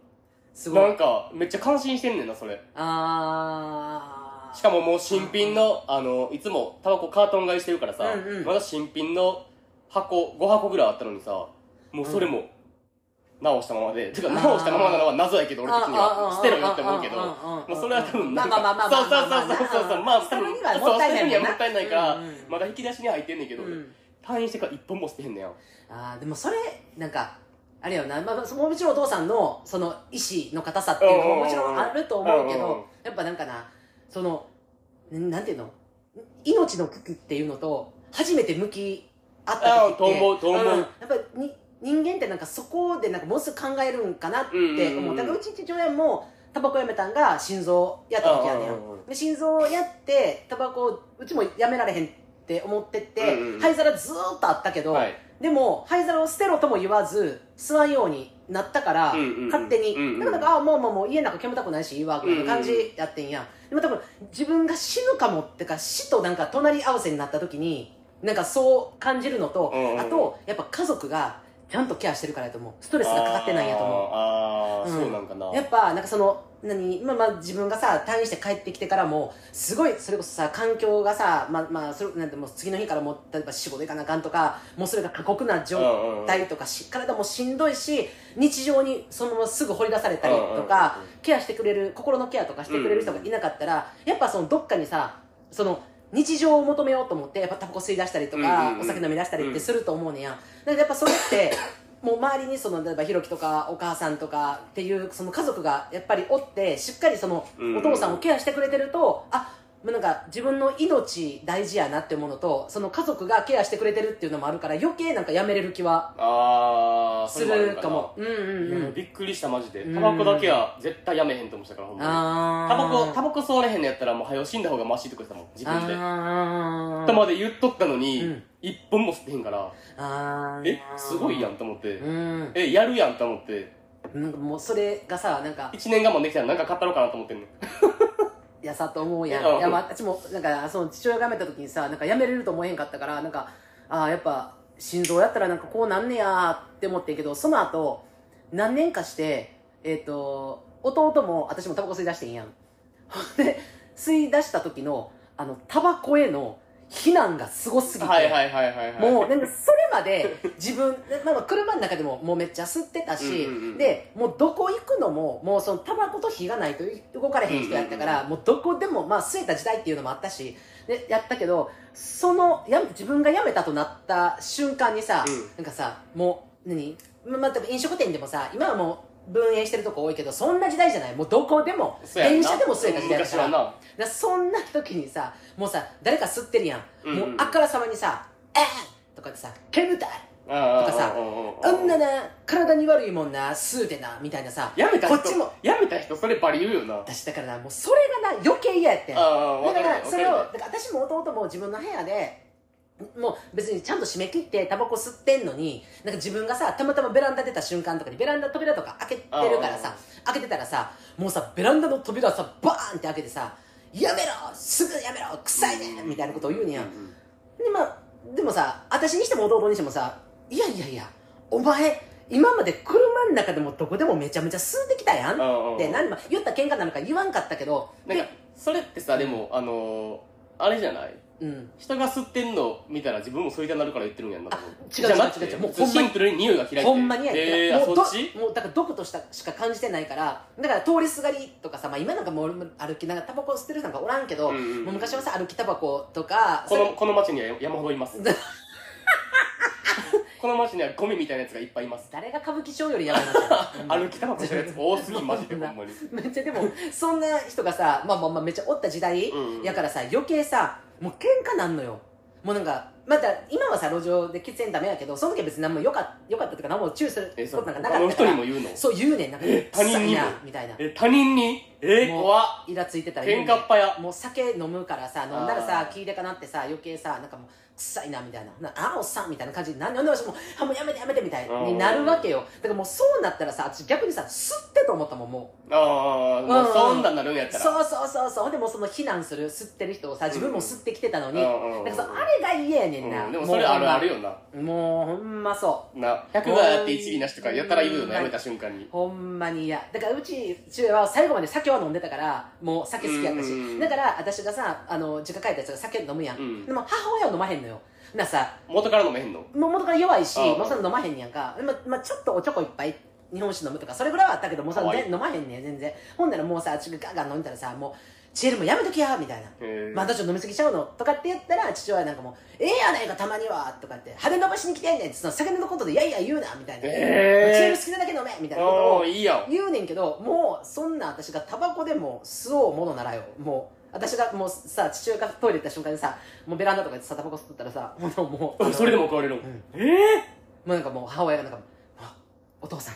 すなごんいかめっちゃ感心してんねんなそれあーしかももう新品の、あの、いつもタバコカートン買いしてるからさ、うんうんまだ新品の箱、5箱ぐらいあったのにさ、もうそれも、直したままでてかあー直したままなのは謎やけど俺的にあはー捨てろよって思うけどあーあーあーもうそれは多分なまあんかまあまあそまあうそうそうそうそうまあ捨てるにはそうもったいな捨いてるにはもったいないからうんうんまだ引き出しに入ってんねんけどうん退院してから一本も捨てへんねやあーでもそれなんかあれよな、まあまあ、そのもちろんお父さんのその意志の硬さっていうのももちろんあると思うけうんうんうんどやっぱなんかなそのんなんていうの命の危機っていうのと初めて向き合った時ってあーと思うと思うんやっぱりに人間ってなんかそこでなんかもうすぐ考えるんかなって思う,、うんうんうんだからうち父親もタバコやめたんが心臓やった時やねんうんうんうんで心臓やってタバコをうちもやめられへんって思ってって、うんうん灰皿ずーっとあったけど、はいでも灰皿を捨てろとも言わず吸わんようになったから、うんうんうん勝手に、うんうんでもなんかあもうもうもう家なんか煙たくないしいいわぐらいの感じやってんや、でも多分自分が死ぬかもってか死となんか隣り合わせになった時になんかそう感じるのと、うんうんあとやっぱ家族がちゃんとケアしてるからやと思うストレスがかかってないんやと思うあーあーうんそうなんかなやっぱなんかその何まあまあ自分がさ退院して帰ってきてからもすごいそれこそさ環境がさまあまあそれなんてもう次の日からもう例えば仕事行かなあかんとかもうそれが過酷な状うんうんうん態とかし体もしんどいし日常にそのまますぐ掘り出されたりとかうんうんうんケアしてくれる心のケアとかしてくれる人がいなかったらやっぱそのどっかにさその日常を求めようと思ってやっぱタバコ吸い出したりとうんうんかうんお酒飲み出したりってすると思うねんやだからやっぱそれってもう周りにその例えばひろきとかお母さんとかっていうその家族がやっぱりおってしっかりそのうんうんお父さんをケアしてくれてるとあもうなんか自分の命大事やなって思うのとその家族がケアしてくれてるっていうのもあるから余計なんかやめれる気はあーそすれあるんかもうんうんういやんびっくりしたマジでうんタバコだけは絶対やめへんと思ってたからほんまにあタバコータバコ吸われへんのやったらもう早う死んだ方がマシとか言ってたもん自分であーとまで言っとったのに、うん一本も吸ってへんからあーえすごいやんと思って、うんえやるやんと思ってなんかもうそれがさなんか1年我慢できたらなんか買ったろうかなと思ってんねんやさと思うやんうんいや、まあ、私もなんかその父親が辞めた時にさなんか辞めれると思えへんかったからなんかああやっぱ心臓やったらなんかこうなんねやーって思ってんけどその後何年かしてえっ、と弟も私もタバコ吸い出してんやんほんで吸い出した時のあのタバコへの非難がすごすぎて、はいはいはいはいはいもうなんかそれまで自分なんか車の中でももうめっちゃ吸ってたし、うんうんうんでもうどこ行くのももうそのタバコと火がないと動かれへん人やったから、うんもうどこでもまあ吸えた時代っていうのもあったしでやったけどそのやめ自分が辞めたとなった瞬間にさ、うんなんかさもう何、ままあ、多分飲食店でもさ今はもう分煙してるとこ多いけどそんな時代じゃないもうどこでもそうやんな電車でも吸えた時代だ昔かはらなだからそんな時にさもうさ誰か吸ってるやん、うんうんもうあからさまにさ「えー!」とかってさ「煙たい!」あとかさあんなな体に悪いもんな吸うてなみたいなさやめた人こっちもやめた人それバリ言うよなあ私だからなもうそれがな余計嫌やってんだあ分かかるら分そかれをるだから私も弟も自分の部屋でもう別にちゃんと締め切ってタバコ吸ってんのになんか自分がさたまたまベランダ出た瞬間とかにベランダ扉とか開けてるからあさ開けてたらさもうさベランダの扉さバーンって開けてさ「やめろすぐやめろ臭いね!」みたいなことを言うねや、うんうんでまあでもさ私にしても弟にしてもさいやいやいやお前今まで車の中でもどこでもめちゃめちゃ吸うてきたやんうんうんうんって何まあ言った喧嘩なのか言わんかったけどなんかでそれってさでもあのーあれじゃないうん人が吸ってんの見たら自分も吸いたなるから言ってるんやんなと思うあ違うじゃなくて違う違う違うもう普通ほんまにシンプルに匂いが嫌いってほんまにやえもー、うあどそっちもうだから毒としたしか感じてないからだから通りすがりとかさ、まあ、今なんかもう俺も歩きながらタバコ吸ってる人なんかおらんけど、うんうんもう昔はさ歩きタバコとかこそれのこの町には山ほどい ますこの町にはゴミみたいなやつがいっぱいいます誰が歌舞伎町よりやばいな ってんの歩きタバコしてるやつ多すぎマ ジでほんまにめっちゃでもそんな人がさまあまあまあめっちゃおった時代うんうんやからさ余計さもう喧嘩なんのよもうなんかまた今はさ路上で喫煙ダメやけどその時は別に何もよかっよかったとか何もチューするえそこうとなんかな他かのった人かにらも言うのそう言うねんなんかえ他人にも臭いなみたいなえ他人にえー、もう怖っイラついてたら言うね喧ん嘩っぱやもう酒飲むからさ飲んだらさあー聞いてかなってさ余計さなんかもう臭いなみたいななあーおっさんみたいな感じになんでなんで私もうあもうやめてやめてみたいになるわけよだからもうそうなったらさ私逆にさ吸ってと思ったもんもうああもうそんなんなるんやったらそうそうそうそうほんでもうその避難する吸ってる人をさ自分も吸ってきてたのに、うんうんうんなんかさあれが嫌やねんな、うんでもそれあるあるよよなもうほんまそな100がやって一理なしとかやったら言うよなやめた瞬間にうほんまに嫌だからうち父親は最後まで酒は飲んでたからもう酒好きやったし、うんだから私がさあの実家帰ったやつが酒飲むやん、うんでも母親は飲まへんのよなさ元から飲めへんのもう元から弱いしああもうそんな飲まへんねやんか、ままちょっとおちょこいっぱい日本酒飲むとかそれぐらいはあったけどもうさかわいい全飲まへんねん全然ほんならもうさあっちがガンガン飲んだらさもうチエルもやめときやみたいなへーまたちょっと飲みすぎちゃうのとかって言ったら父親なんかもう「ええやないかたまには」とかって「派手伸ばしに来てんねん」ってその酒のことで「いやいや言うな」みたいな「へーチエル好きなだけ飲め」みたいなことおをーいいやん言うねんけどもうそんな私がタバコでも吸おうものならよもう私がもうさ父親がトイレ行った瞬間にさもうベランダとかでさタバコ吸っとったらさもうもうあのそれでも買われるのんえもうなんかもう母親がなんか「あお父さん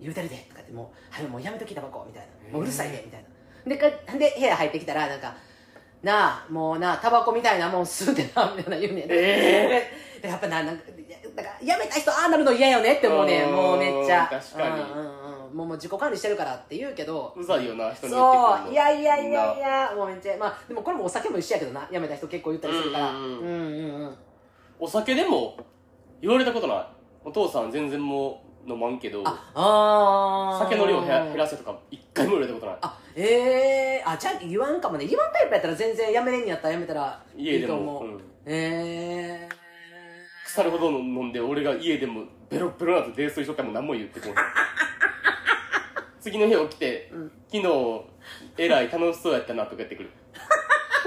言うてるで」とかってもう「はいもうやめときタバコ」みたいな「もううるさいで」みたいなでかで部屋入ってきたらなんか「なあもうなあタバコみたいなもん吸うてな」みたいな言うねん、えでやっぱななんかだからやめた人ああなるの嫌よねって思うねんうんもうめっちゃ確かにうんうんうん、もうもう自己管理してるからって言うけど、ーうざいよな人に言ってくるそのういやいやいやいやもうめっちゃまあでもこれもお酒も一緒やけどなやめた人結構言ったりするからううんうんんううんうんお酒でも言われたことないお父さん全然もう飲まんけどああー酒の量減ら減らせとか一回も言われたことないあええー、あじゃあ言わんかもね言わんタイプやったら全然やめれんやったらやめたらい家いでとも思ううんええ腐るほど飲んで俺が家でもベロベロなって泥酔しとったらもう何も言って こない次の日起きてうん昨日えらい楽しそうやったなとか言ってくる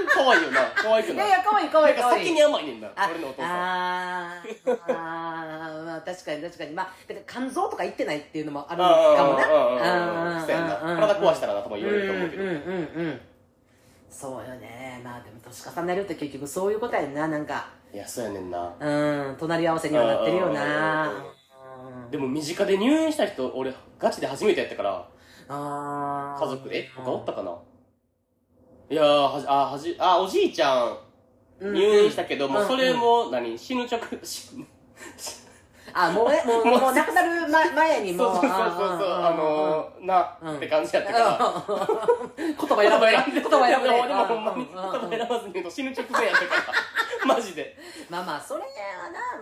可愛いよな可愛くー、いなやいいやかわいいかわないんいかかわいい先に甘いねんなあ俺のお父さんあーあーまあ確かに確かにまあだから肝臓とかいってないっていうのもああるかもなああああああそうやなうんうんうん体壊したらなとも言われると思うけどんうんうんうんそうよねまあでも年重ねると結局そういうことやんななんかいやそうやねんなうん隣り合わせにはなってるよなでも身近で入院した人俺ガチで初めてやったからあー家族で他おったかないやーはじあはじあおじいちゃんうん入院したけど、もううんそれも何死ぬ直死ぬあもうねもうももうう亡くなる前前にそうもそうそうそうあのー、な、うんって感じやったからー言葉選ばない言葉選ばないいやでもでもほんまに言葉うんうんうん選ばずに言うと死ぬ直前やったから マジでまあまあそれは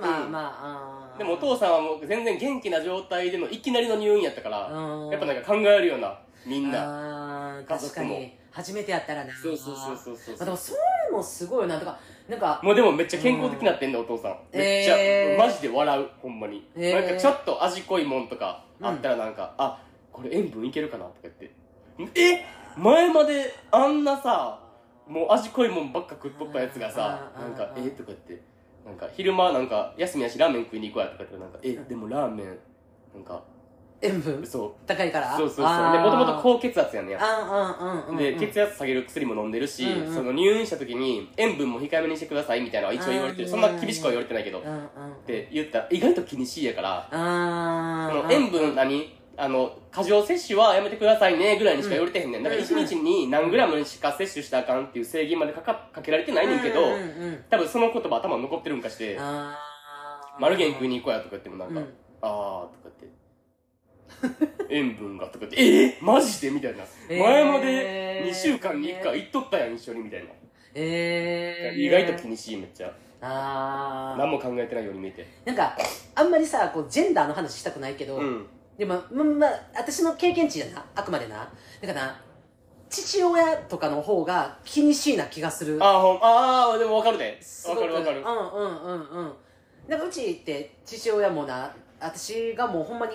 なまうあんまあ、うんでもお父さんはもう全然元気な状態でのいきなりの入院やったから、うんやっぱなんか考えるようなみんなあー家族確もかに初めてやったらなそうそうそうそうそうまあ、でもそれもすごいよなとかなんかもうでもめっちゃ健康的になってんだ、お父さんめっちゃ、えーマジで笑うほんまに、えーなんかちょっと味濃いもんとかあったらなんか、あこれ塩分いけるかなとか言ってえ前まであんなさもう味濃いもんばっか食っとったやつがさうんなうんんかうえんとか言ってなんか昼間なんか休みやしラーメン食いに行こうやとか言ってなんかえでもラーメンなんか塩分そう高いからそうそうそうでもともと高血圧やねんやあーうんうんうんうんで血圧下げる薬も飲んでるし、うんうんその入院した時に塩分も控えめにしてくださいみたいなのは一応言われてるあーそんな厳しくは言われてないけど、うんうんって言ったら意外と気にしいやから、あそーの塩分何あの過剰摂取はやめてくださいねぐらいにしか言われてへんねん、だからうん1日に何グラムしか摂取したらあかんっていう制限までかかかけられてないねんけど、うんうんうん多分その言葉頭に残ってるんかしてあ「ー丸源食いに行こうや」とか言ってもなんか「うんあー」とか言って。 塩分がとかって、えー、マジでみたいな、えー前まで2週間に1回行っとったやん一緒にみたいなえー、意外と気にしいめっちゃあー何も考えてないように見えてなんかあんまりさこうジェンダーの話したくないけど、うんでもままあ私の経験値だなあくまでなだからな父親とかの方が気にしいな気がするあーほんあーでも分かるですご分くかる分かるうんうんうんうんなんかうちって父親もな私がもうほんまに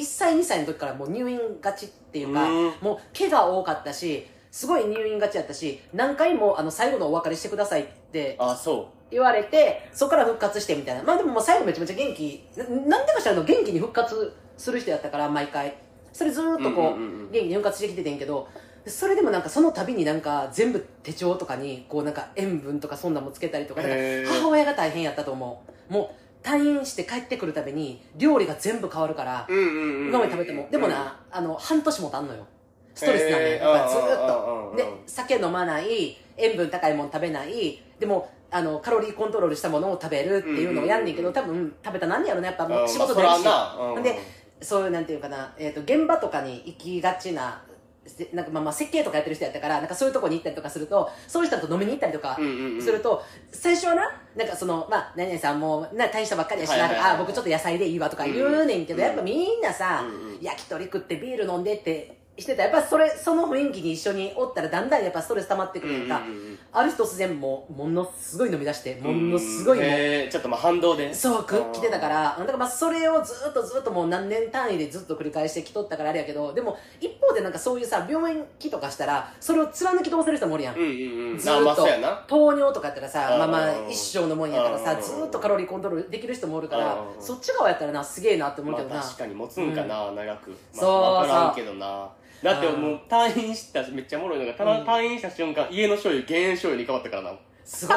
1歳2歳の時からもう入院がちっていうかうんもう毛が多かったしすごい入院がちやったし何回もあの最後のお別れしてくださいってあそ言われてそこから復活してみたいなまあでももう最後めちゃめちゃ元気ななんでかしらの元気に復活する人やったから毎回それずーうっとこう,、んんんん元気に復活してきててんけどそれでもなんかその度になんか全部手帳とかにこうなんか塩分とかそんなんもつけたりとかだからへー母親が大変やったと思うもう退院して帰ってくるたびに料理が全部変わるからうんうんうん今まで食べてもでもな、あの半年もたんのよストレスなのよへーやっぱりずーっとうんうんうんうんで酒飲まない塩分高いもの食べないでもあのカロリーコントロールしたものを食べるっていうのをやんねんけど、うん多分食べたらなんやろなやっぱうんもう仕事まであやるそし、らなうんでそういうなんていうかな、えー、と現場とかに行きがちなせなんかまあまあ設計とかやってる人やったからなんかそういうとこに行ったりとかするとそういう人と飲みに行ったりとかうんうんうんすると、最初はななんかその、まあ、何々さんもな大したばっかりやしな、はいはいはいあ僕ちょっと野菜でいいわとか言うねんけど、うんやっぱみんなさ、うんうん焼き鳥食ってビール飲んでってしてたやっぱそれその雰囲気に一緒におったらだんだんやっぱストレス溜まってくるというか、ある日突然もうものすごい飲み出してものすごいもうえちょっとまあ反動でそうく来てたからだからまあそれをずっとずっともう何年単位でずっと繰り返してきとったからあれやけどでも一方でなんかそういうさ病気とかしたらそれを貫き通せる人もおるやん、うんうんうんずーっとあまあそうやな糖尿とかやったらさあーまあまあ一生のもんやからあさーずーっとカロリーコントロールできる人もおるからあーそっち側やったらなすげえなって思うまけあどな、確かに持つんかな長くまあそうわからんけどなだってうんもう退院しためっちゃおもろいのがただうん退院した瞬間家の醤油減塩醤油に変わったからなすごい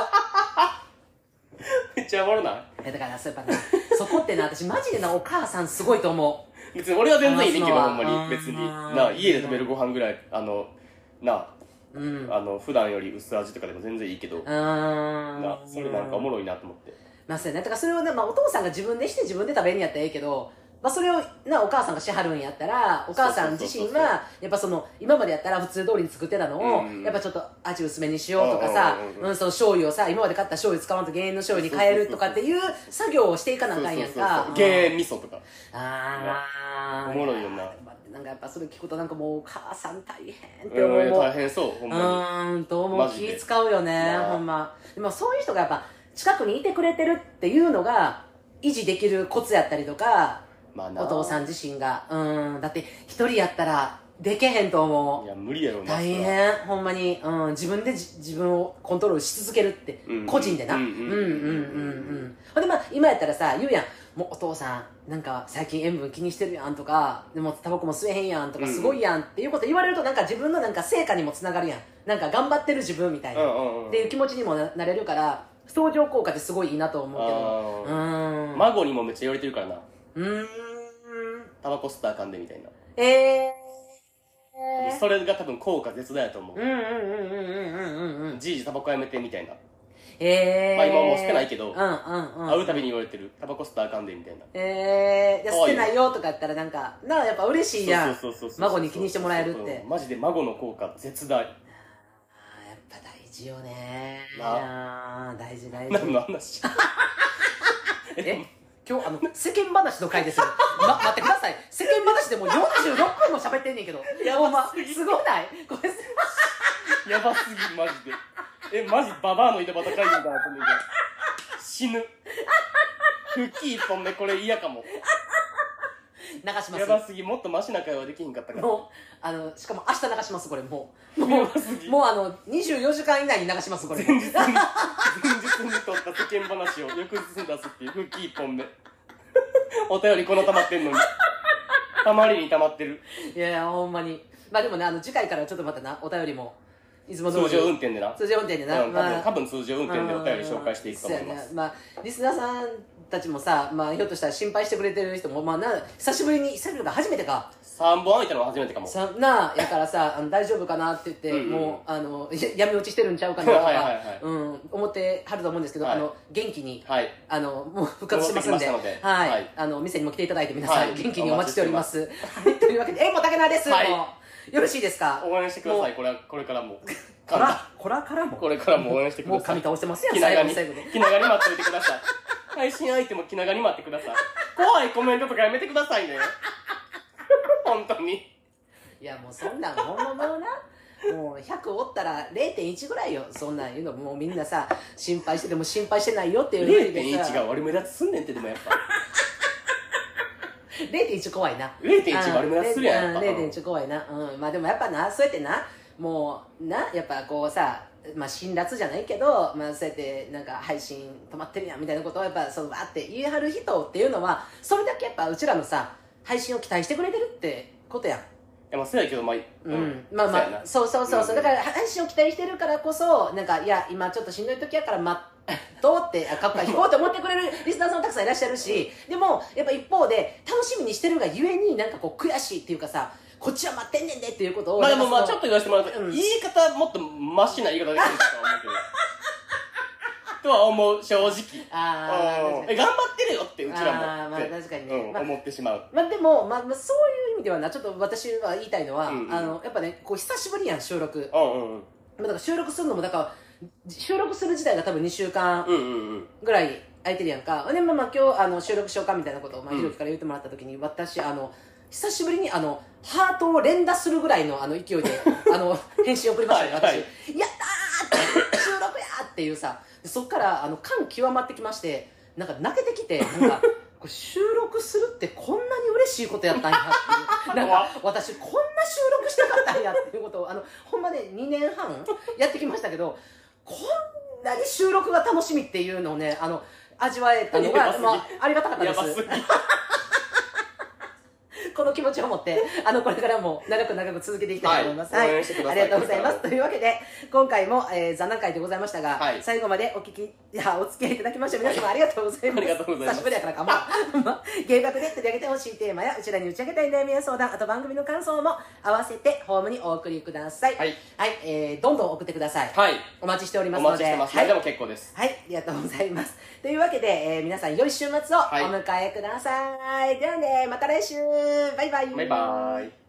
めっちゃおもろないえだからそうやっぱなそこってな私マジでなお母さんすごいと思う別に俺は全然いいねんけどあほそうんまに別にあーな家で食べるご飯ぐらいあのな うんあの普段より薄味とかでも全然いいけどなあそれなんかおもろいなと思ってまあそうやねだからそれをね、まあ、お父さんが自分でして自分で食べるんやったらええけど、まあ、それをなお母さんがしはるんやったらお母さん自身そうそうそうはやっぱその今までやったら普通通りに作ってたのを、うんやっぱちょっと味薄めにしようとかさ、うんうんうんううん、その醤油をさ今まで買った醤油使わんと減塩の醤油に変えるとかっていう作業をしていかなあかんやんか減塩味噌とかああおもろいよななんかやっぱそれ聞くとなんかもうお母さん大変っうて思う、ん大変そうほんうまーん、どうもマジ気で使うよね、なあほんま。でもそういう人がやっぱ近くにいてくれてるっていうのが維持できるコツやったりとか、にまあなお父さんん自身が。うーん、だって一人やったらでけへんと思。いうや無理やろうな大変、ほんまに。うん、自分でじ自分をコントロールし続けるって、うん個人でな。ううんんうううんんんうんうん。ほんでまあ今やったらさ、言うやん。もうお父さん、なんか最近塩分気にしてるやんとか、でもタバコも吸えへんやんとか、うんうんすごいやんっていうこと言われるとなんか自分のなんか成果にもつながるやん。なんか頑張ってる自分みたいな。うんうんうんっていう気持ちにもななれるから相乗効果ってすごいいいなと思うけどうあーーん、孫にもめっちゃ言われてるからなうーんタバコ吸ったらあかんでみたいなえー、それが多分効果絶大やと思うんうんうんうんうんうんううんじいじタバコやめてみたいなえー、まあ今はもう捨てないけうどんうんうん会うたびに言われてるタバコ吸ったらあかんでみたいなえー、じゃ可あ捨愛いてないよとか言ったらなんかなあやっぱ嬉しいやんそうそうそうそう孫に気にしてもらえるってうんマジで孫の効果絶大あーやっぱ大事よねなあー大事大何事の話え今日あの世間話の回ですよ、 ま、待ってください世間話でもう46分も喋ってんねんけどやほばんますぎるすごないこれやばすぎマジでえマジババアの井戸端会議だなと思うけど死ぬ復帰一本目これ嫌かも流しますやばすぎもっとマシな会話できひんかったからもうあのしかも明日流しますこれもうやもばすぎうもうあの24時間以内に流しますこれ前日に前日に撮った世間話を翌日に出すっていう復帰一本目お便りこの溜まってんのに溜まりに溜まってるいやいやほんまにまあでもねあの次回からちょっとまたなお便りもいつも通通り常運転でな通常運転でな、うん多ま分あ多分通常運転でお便り紹介していくと思いまそうやすねまあ、リスナーさんたちもさ、まあ、ひょっとしたら心配してくれてる人も、まあ、な久しぶりに久しぶりが初めてか3本空いたのは初めてかもさなあやからさあの大丈夫かなって言って、うんうんもうあのや闇落ちしてるんちゃうかなとかはいはいはいうん、思ってはると思うんですけど、はいあの元気にはいあの、もう復活しますんで、戻ってきましたのではい、はいあの、店にも来ていただいて皆さん、はい元気にお待ちしております。 はい、というわけで、え、もう竹菜です、はいもう。よろしいですか応援してくださいこれはこれからもかな、こらから もこれからも応援してくもうださ髪い倒してますやん、気長最後にの最後で。気長に待っておいてください配信相手も気長に待ってください怖いコメントとかやめてくださいね本当にいや、もうそんなん、ほんまもうな。もう100おったら0.1ぐらいよ。そんなん言うの、もうみんなさ、心配してても心配してないよっていうふうにさ0.1が悪目立つすんねんってでもやっぱ0.1怖いな。 0.1悪目立つするやんやっぱうん0.1怖いな、うん、まあでもやっぱなそうやってなもうなやっぱこうさまあ辛辣じゃないけど、まあ、そうやってなんか配信止まってるやんみたいなことをやっぱそのわーって言い張る人っていうのはそれだけやっぱうちらのさ配信を期待してくれてるってことやんいやまあそうやけどまあ、うんまあまあそそうそうそうそううんだから配信を期待してるからこそなんかいや今ちょっとしんどい時やから待っとうってあかっこいい引こうと思ってくれる リスナーさんもたくさんいらっしゃるしでもやっぱ一方で楽しみにしてるがゆえになんかこう悔しいっていうかさこっちは待ってんねんでっていうことをうやなまあでなんもかまあちょそっのと言わせてもらうと、うん言い方もっとマシな言い方できるかとは思うけど とは思う正直あうーんえ頑張ってるよってうちらもあーまあって確かにねうんまあ思ってしまうまあでも、まあ、まあそういう意味ではなちょっと私は言いたいのは、うんうんあのやっぱねこう久しぶりやん収録うんうんうんまあだから収録するのもだから収録する時代が多分2週間うんうんうんぐらい空いてるやんか。で、まあまあ今日、あの、収録しようかみたいなことを、まあ、うんひろきから言ってもらった時に、私、あの、久しぶりに、あの、ハートを連打するぐらいのあの勢 いであの返信送りましたねはい私、はいやったーって収録やーっていうさでそっからあの感極まってきましてなんか泣けてきてな んかこれ収録するってこんなに嬉しいことやったんやってい うなんか私こんな収録したかったんやっていうことをあのほんまね2年半やってきましたけどこんなに収録が楽しみっていうのをねあの味わえたのやばすが、ぎまあ、ありがたかったでやすばすぎこの気持ちを持って、あの、これからも長く長く続けていきたいと思います。はい応援してくださいありがとうございます。というわけで、今回も、えー、座談会でございましたが、はい最後までお聞き、いや、お付き合いいただきまして、皆様ありがとうございまあす。りがとうございます久しぶりやからかも。ほんま芸学で取り上げてほしいテーマや、うちらに打ち上げたい悩みや相談、あと番組の感想も合わせて、ホームにお送りください。はい。えー、どんどん送ってください。はいお待ちしておりまおすの待で。ちしてます、ははいい、でも結構ですはい、ありがとうございます。 というわけで、えー皆さん良い週末をおい迎えください。ではね、また来週バイバイバイバーイ